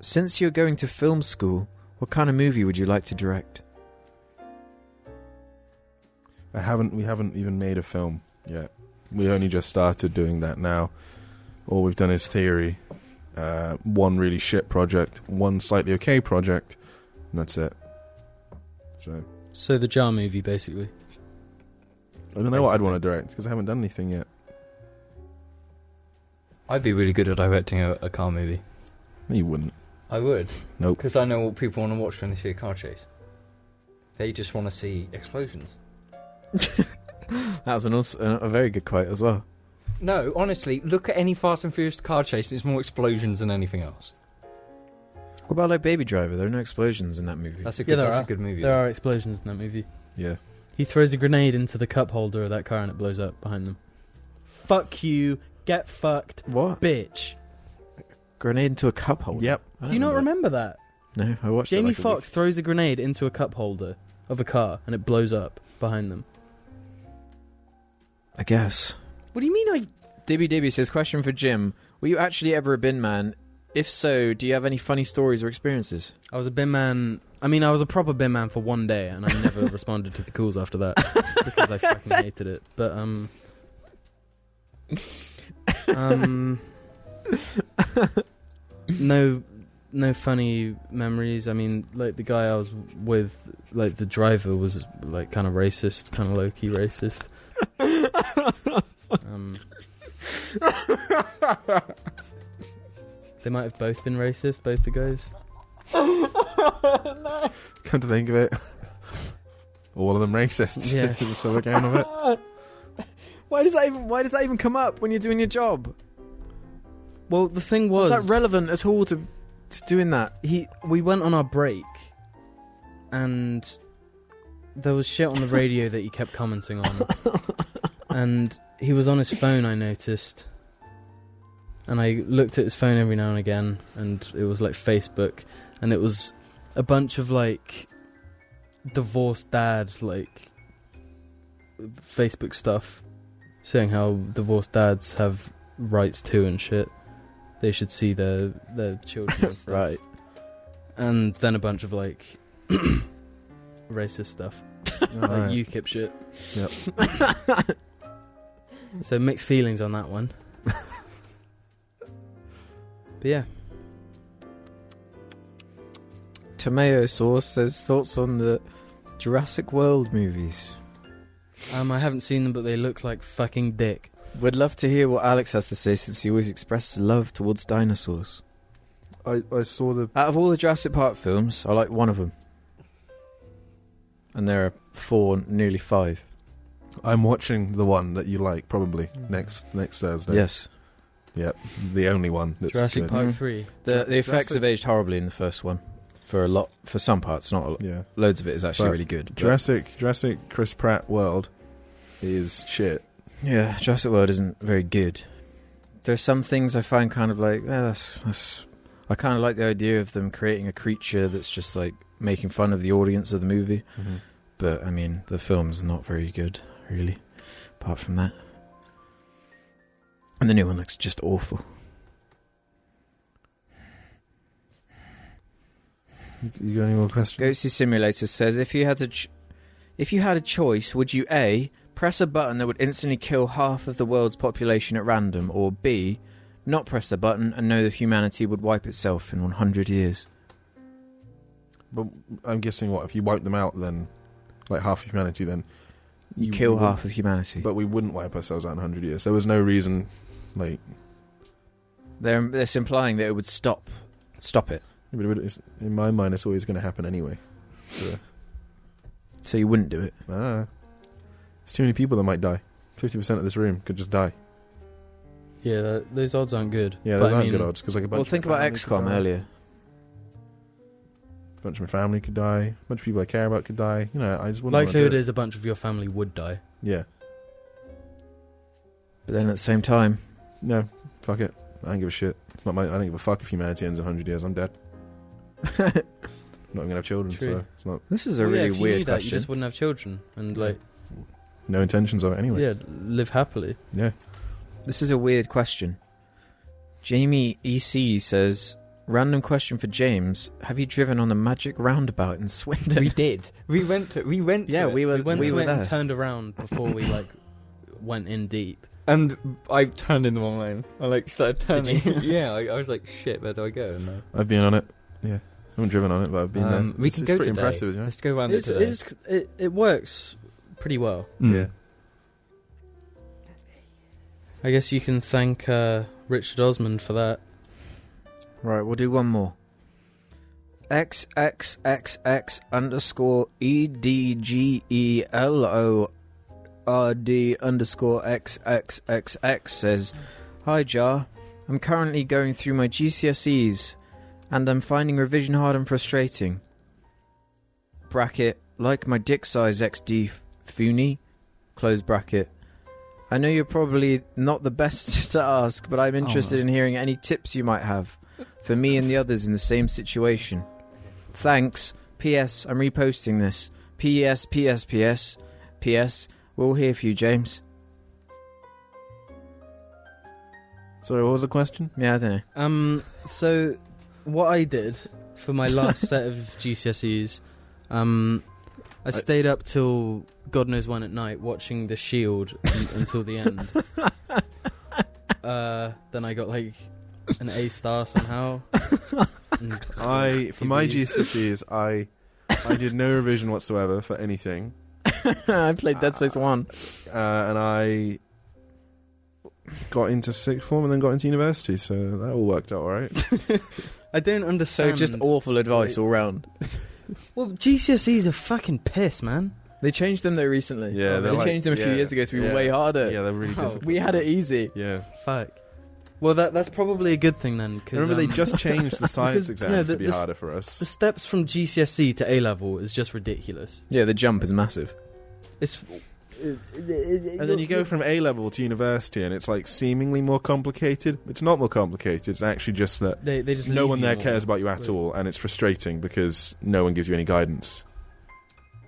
D: Since you're going to film school, what kind of movie would you like to direct?
B: I haven't. We haven't even made a film yet. We only just started doing that now. All we've done is theory. Uh, one really shit project, one slightly okay project, and that's it. So
C: So the Jar movie, basically.
B: I don't know what I'd want to direct because I haven't done anything yet.
F: I'd be really good at directing a, a car movie.
B: No, You wouldn't.
F: I would.
B: Nope.
F: Because I know what people want to watch when they see a car chase. They just want to see explosions.
D: That was an also, a very good quote as well.
F: No, honestly, look at any Fast and Furious car chase. It's more explosions than anything else.
D: What about like Baby Driver? There are no explosions in that movie.
F: That's a
C: Yeah,
F: good.
C: there
F: that's
C: are.
F: a good movie.
C: There are explosions in that movie.
B: Yeah.
C: He throws a grenade into the cup holder of that car and it blows up behind them. Fuck you. Get fucked,
D: what?
C: bitch.
D: Grenade into a cup holder?
B: Yep.
D: I don't
C: Do you not remember that?
D: No, I watched
C: Jamie
D: it. Like a
C: Foxx throws a grenade into a cup holder of a car and it blows up behind them.
D: week- I guess.
C: What do you mean I
D: Dibby Dibby says, Question for Jim. Were you actually ever a bin man? If so, do you have any funny stories or experiences?
C: I was a bin man. I mean, I was a proper bin man for one day, and I never responded to the calls after that because I fucking hated it. But um, um, no, no funny memories. I mean, like the guy I was with, like the driver was like kind of racist, kind of low key racist. Um, they might have both been racist, both the guys.
B: Come to think of it, all of them racists.
C: Yeah.
B: so we're going with it.
D: why does that even Why does that even come up when you're doing your job?
C: Well, the thing
D: Was
C: was,
D: that relevant at all to to doing that?
C: he we went on our break, and there was shit on the radio that he kept commenting on, and he was on his phone. I noticed, and I looked at his phone every now and again, and it was like Facebook, and it was a bunch of like divorced dads like Facebook stuff, saying how divorced dads have rights to and shit. They should see their their children and stuff and then a bunch of like racist stuff, like
B: Alright.
C: UKIP shit. So mixed feelings on that one. but yeah,
D: Tomato sauce says thoughts on the Jurassic World movies.
C: um, I haven't seen them, but they look like fucking dick.
D: We'd love to hear what Alex has to say since he always expresses love towards dinosaurs.
B: I, I saw the
D: Out of all the Jurassic Park films, I like one of them. And there are four, nearly five.
B: I'm watching the one that you like probably next next Thursday.
D: Yes.
B: The only one that's
C: Jurassic
B: good.
C: Park
D: Mhm.
C: Three.
D: The, the effects
B: Jurassic-
D: have aged horribly in the first one. For a lot, for some parts, not a lot.
B: Yeah.
D: Loads of it is actually
B: But
D: really good. but-
B: Jurassic Jurassic Chris Pratt World is shit.
D: yeah, Jurassic World isn't very good. There's some things I find kind of like, eh, that's, that's. I kind of like the idea of them creating a creature that's just like making fun of the audience of the movie. But I mean, the film's not very good, really. Apart from that, and the new one looks just awful.
B: You, you got any more questions?
D: Ghosty Simulator says, if you had a, ch- if you had a choice, would you a press a button that would instantly kill half of the world's population at random, or b not press the button and know that humanity would wipe itself in 100 years?
B: But I'm guessing what if you wipe them out then, like half of humanity then.
D: You,
B: you-
D: kill
B: you
D: half of humanity.
B: But we wouldn't wipe ourselves out in 100 years. There was no reason, like,
D: They're that's implying that it would stop, stop it.
B: but it would- it's- in my mind, it's always going to happen anyway. So,
D: So you wouldn't do it.
B: I don't know. It's Ah. too many people that might die. 50% of this room could just die.
C: Yeah, tha- those odds aren't good.
B: Yeah,
C: But
B: those
C: I
B: aren't good
C: mean,
B: odds. Cause, like, a bunch
D: Well,
B: of
D: think
B: my
D: about
B: family could
D: XCOM
B: die.
D: earlier.
B: A bunch of my family could die. A bunch of people I care about could die. You know, I just wouldn't wanna
C: Likelihood
B: do it.
C: is a bunch of your family would die.
B: Yeah.
D: But then at the same time,
B: No, fuck it. I don't give a shit. It's not my, I don't give a fuck if humanity ends in 100 years. I'm dead. I'm not even going to have children,
C: True.
B: so it's not.
D: this is a
C: Well, yeah,
D: really
C: if you
D: weird
C: knew that,
D: question.
C: You just wouldn't have children and like
B: No intentions of it anyway.
C: yeah, live happily.
B: Yeah.
D: This is a weird question. Jamie EC says, Random question for James. Have you driven on the magic roundabout in Swindon?
F: we did.
E: We went to, we went to
D: yeah,
E: it,
D: we were,
C: We went
D: we
C: to
D: were
C: it
D: there.
C: and turned around before we like went in deep.
E: and I turned in the wrong lane. I like started turning.
C: Did you?
E: yeah, I, I was like, shit, where do I go?
F: uh,
E: And I,
B: I've been on it. Yeah. I haven't driven on it, but I've been
E: Um,
B: there.
E: we
B: it's,
E: can
B: it's
E: go
B: pretty
E: today.
B: impressive, isn't it?
E: let's go round it
C: It's,
E: today.
C: it's, it, it works pretty well.
E: Mm.
C: I guess you can thank uh, Richard Osman for that.
D: Right, we'll do one more. XXXX underscore E EDGELORD underscore XXXX says, Hi Jar, I'm currently going through my GCSEs and I'm finding revision hard and frustrating. Bracket, like my dick size XD Funi, close bracket. I know you're probably not the best to ask, but I'm interested in hearing any tips you might have for me and the others in the same situation. Thanks. P.S. I'm reposting this. P.S. P.S. P.S. P.S. We'll hear for you, James.
B: Sorry, what was the question?
D: Yeah, I don't know.
C: Um, so what I did for my last set of GCSEs, um, I stayed up till God knows when at night watching The Shield un- until the end. Uh, then I got like an A star somehow. And-
B: I for my
C: TVs.
B: GCSEs, E, I I did no revision whatsoever for anything,
D: I played Dead Space
B: Uh,
D: 1.
B: uh, and I got into sixth form and then got into university, so that all worked out all right. E
C: I don't
D: So
C: understand.
D: just awful advice all round.
C: well, GCSEs are fucking piss, man.
D: They changed them though recently.
B: Yeah,
D: they
B: they're like-
D: changed them a few
B: yeah,
D: years ago to be
B: yeah,
D: way harder.
B: Yeah, they're really
C: Wow.
B: difficult.
D: We had it easy.
B: Yeah,
C: Fuck. Well, that that's probably a good thing then. 'cause,
B: remember they
C: um,
B: just changed the science
C: because,
B: exams
C: yeah, the-
B: to be
C: the s-
B: harder for
C: the
B: us.
C: steps from GCSE E to A level is just ridiculous.
D: Yeah, the jump is massive.
C: It's
B: And then you go from A level to university, and it's like seemingly more complicated. It's not more complicated. It's actually just that
C: they they just
B: no
C: leave
B: one
C: you
B: there
C: all.
B: cares about you at
C: Right.
B: all, and it's frustrating because no one gives you any guidance.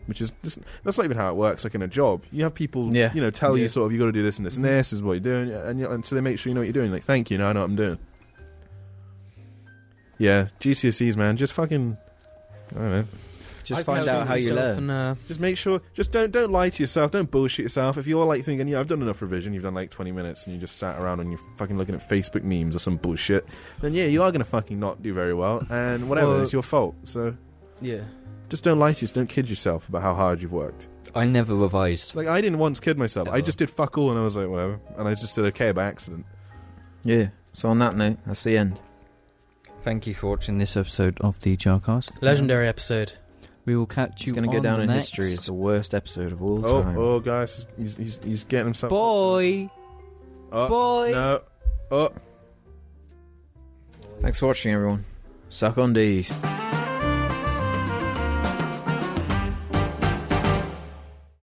B: Which is just, that's not even how it works. Like in a job, you have people,
D: Yeah.
B: you know, tell you
C: Yeah. Mm-hmm.
B: sort of you got to do this and this and this is what you're doing, and, you, and so they make sure you know what you're doing. Like, thank you, now I know what I'm doing. Yeah, GCSEs, man, just fucking, I don't know,
D: Just
C: I
D: find
C: found
D: out how you
C: myself
D: learn.
C: in, uh,
B: just make sure, just don't don't lie to yourself, don't bullshit yourself. If you're like thinking, yeah, I've done enough revision, you've done like 20 minutes, and you just sat around and you're fucking looking at Facebook memes or some bullshit, then yeah, you are gonna fucking not do very well, and whatever,
C: Well-
B: it's your fault. So
C: yeah.
B: Just don't lie to yourself. Don't kid yourself about how hard you've worked.
F: I never revised.
B: Like I didn't once kid myself. I
F: Ever.
B: just did fuck all, and I was like, whatever. And I just did okay by accident.
D: Yeah. So on that note, that's the end.
F: Thank you for watching this episode of the Jarcast.
C: Legendary episode.
F: We will catch
D: It's
F: you.
D: going to
F: on
D: go down
F: the
D: in
F: next.
D: history as the worst episode of all
B: Oh,
D: time.
B: oh, guys, he's, he's, he's getting himself.
F: Boy,
B: oh,
F: boy.
B: no, oh.
D: Thanks for watching, everyone. Suck on D's.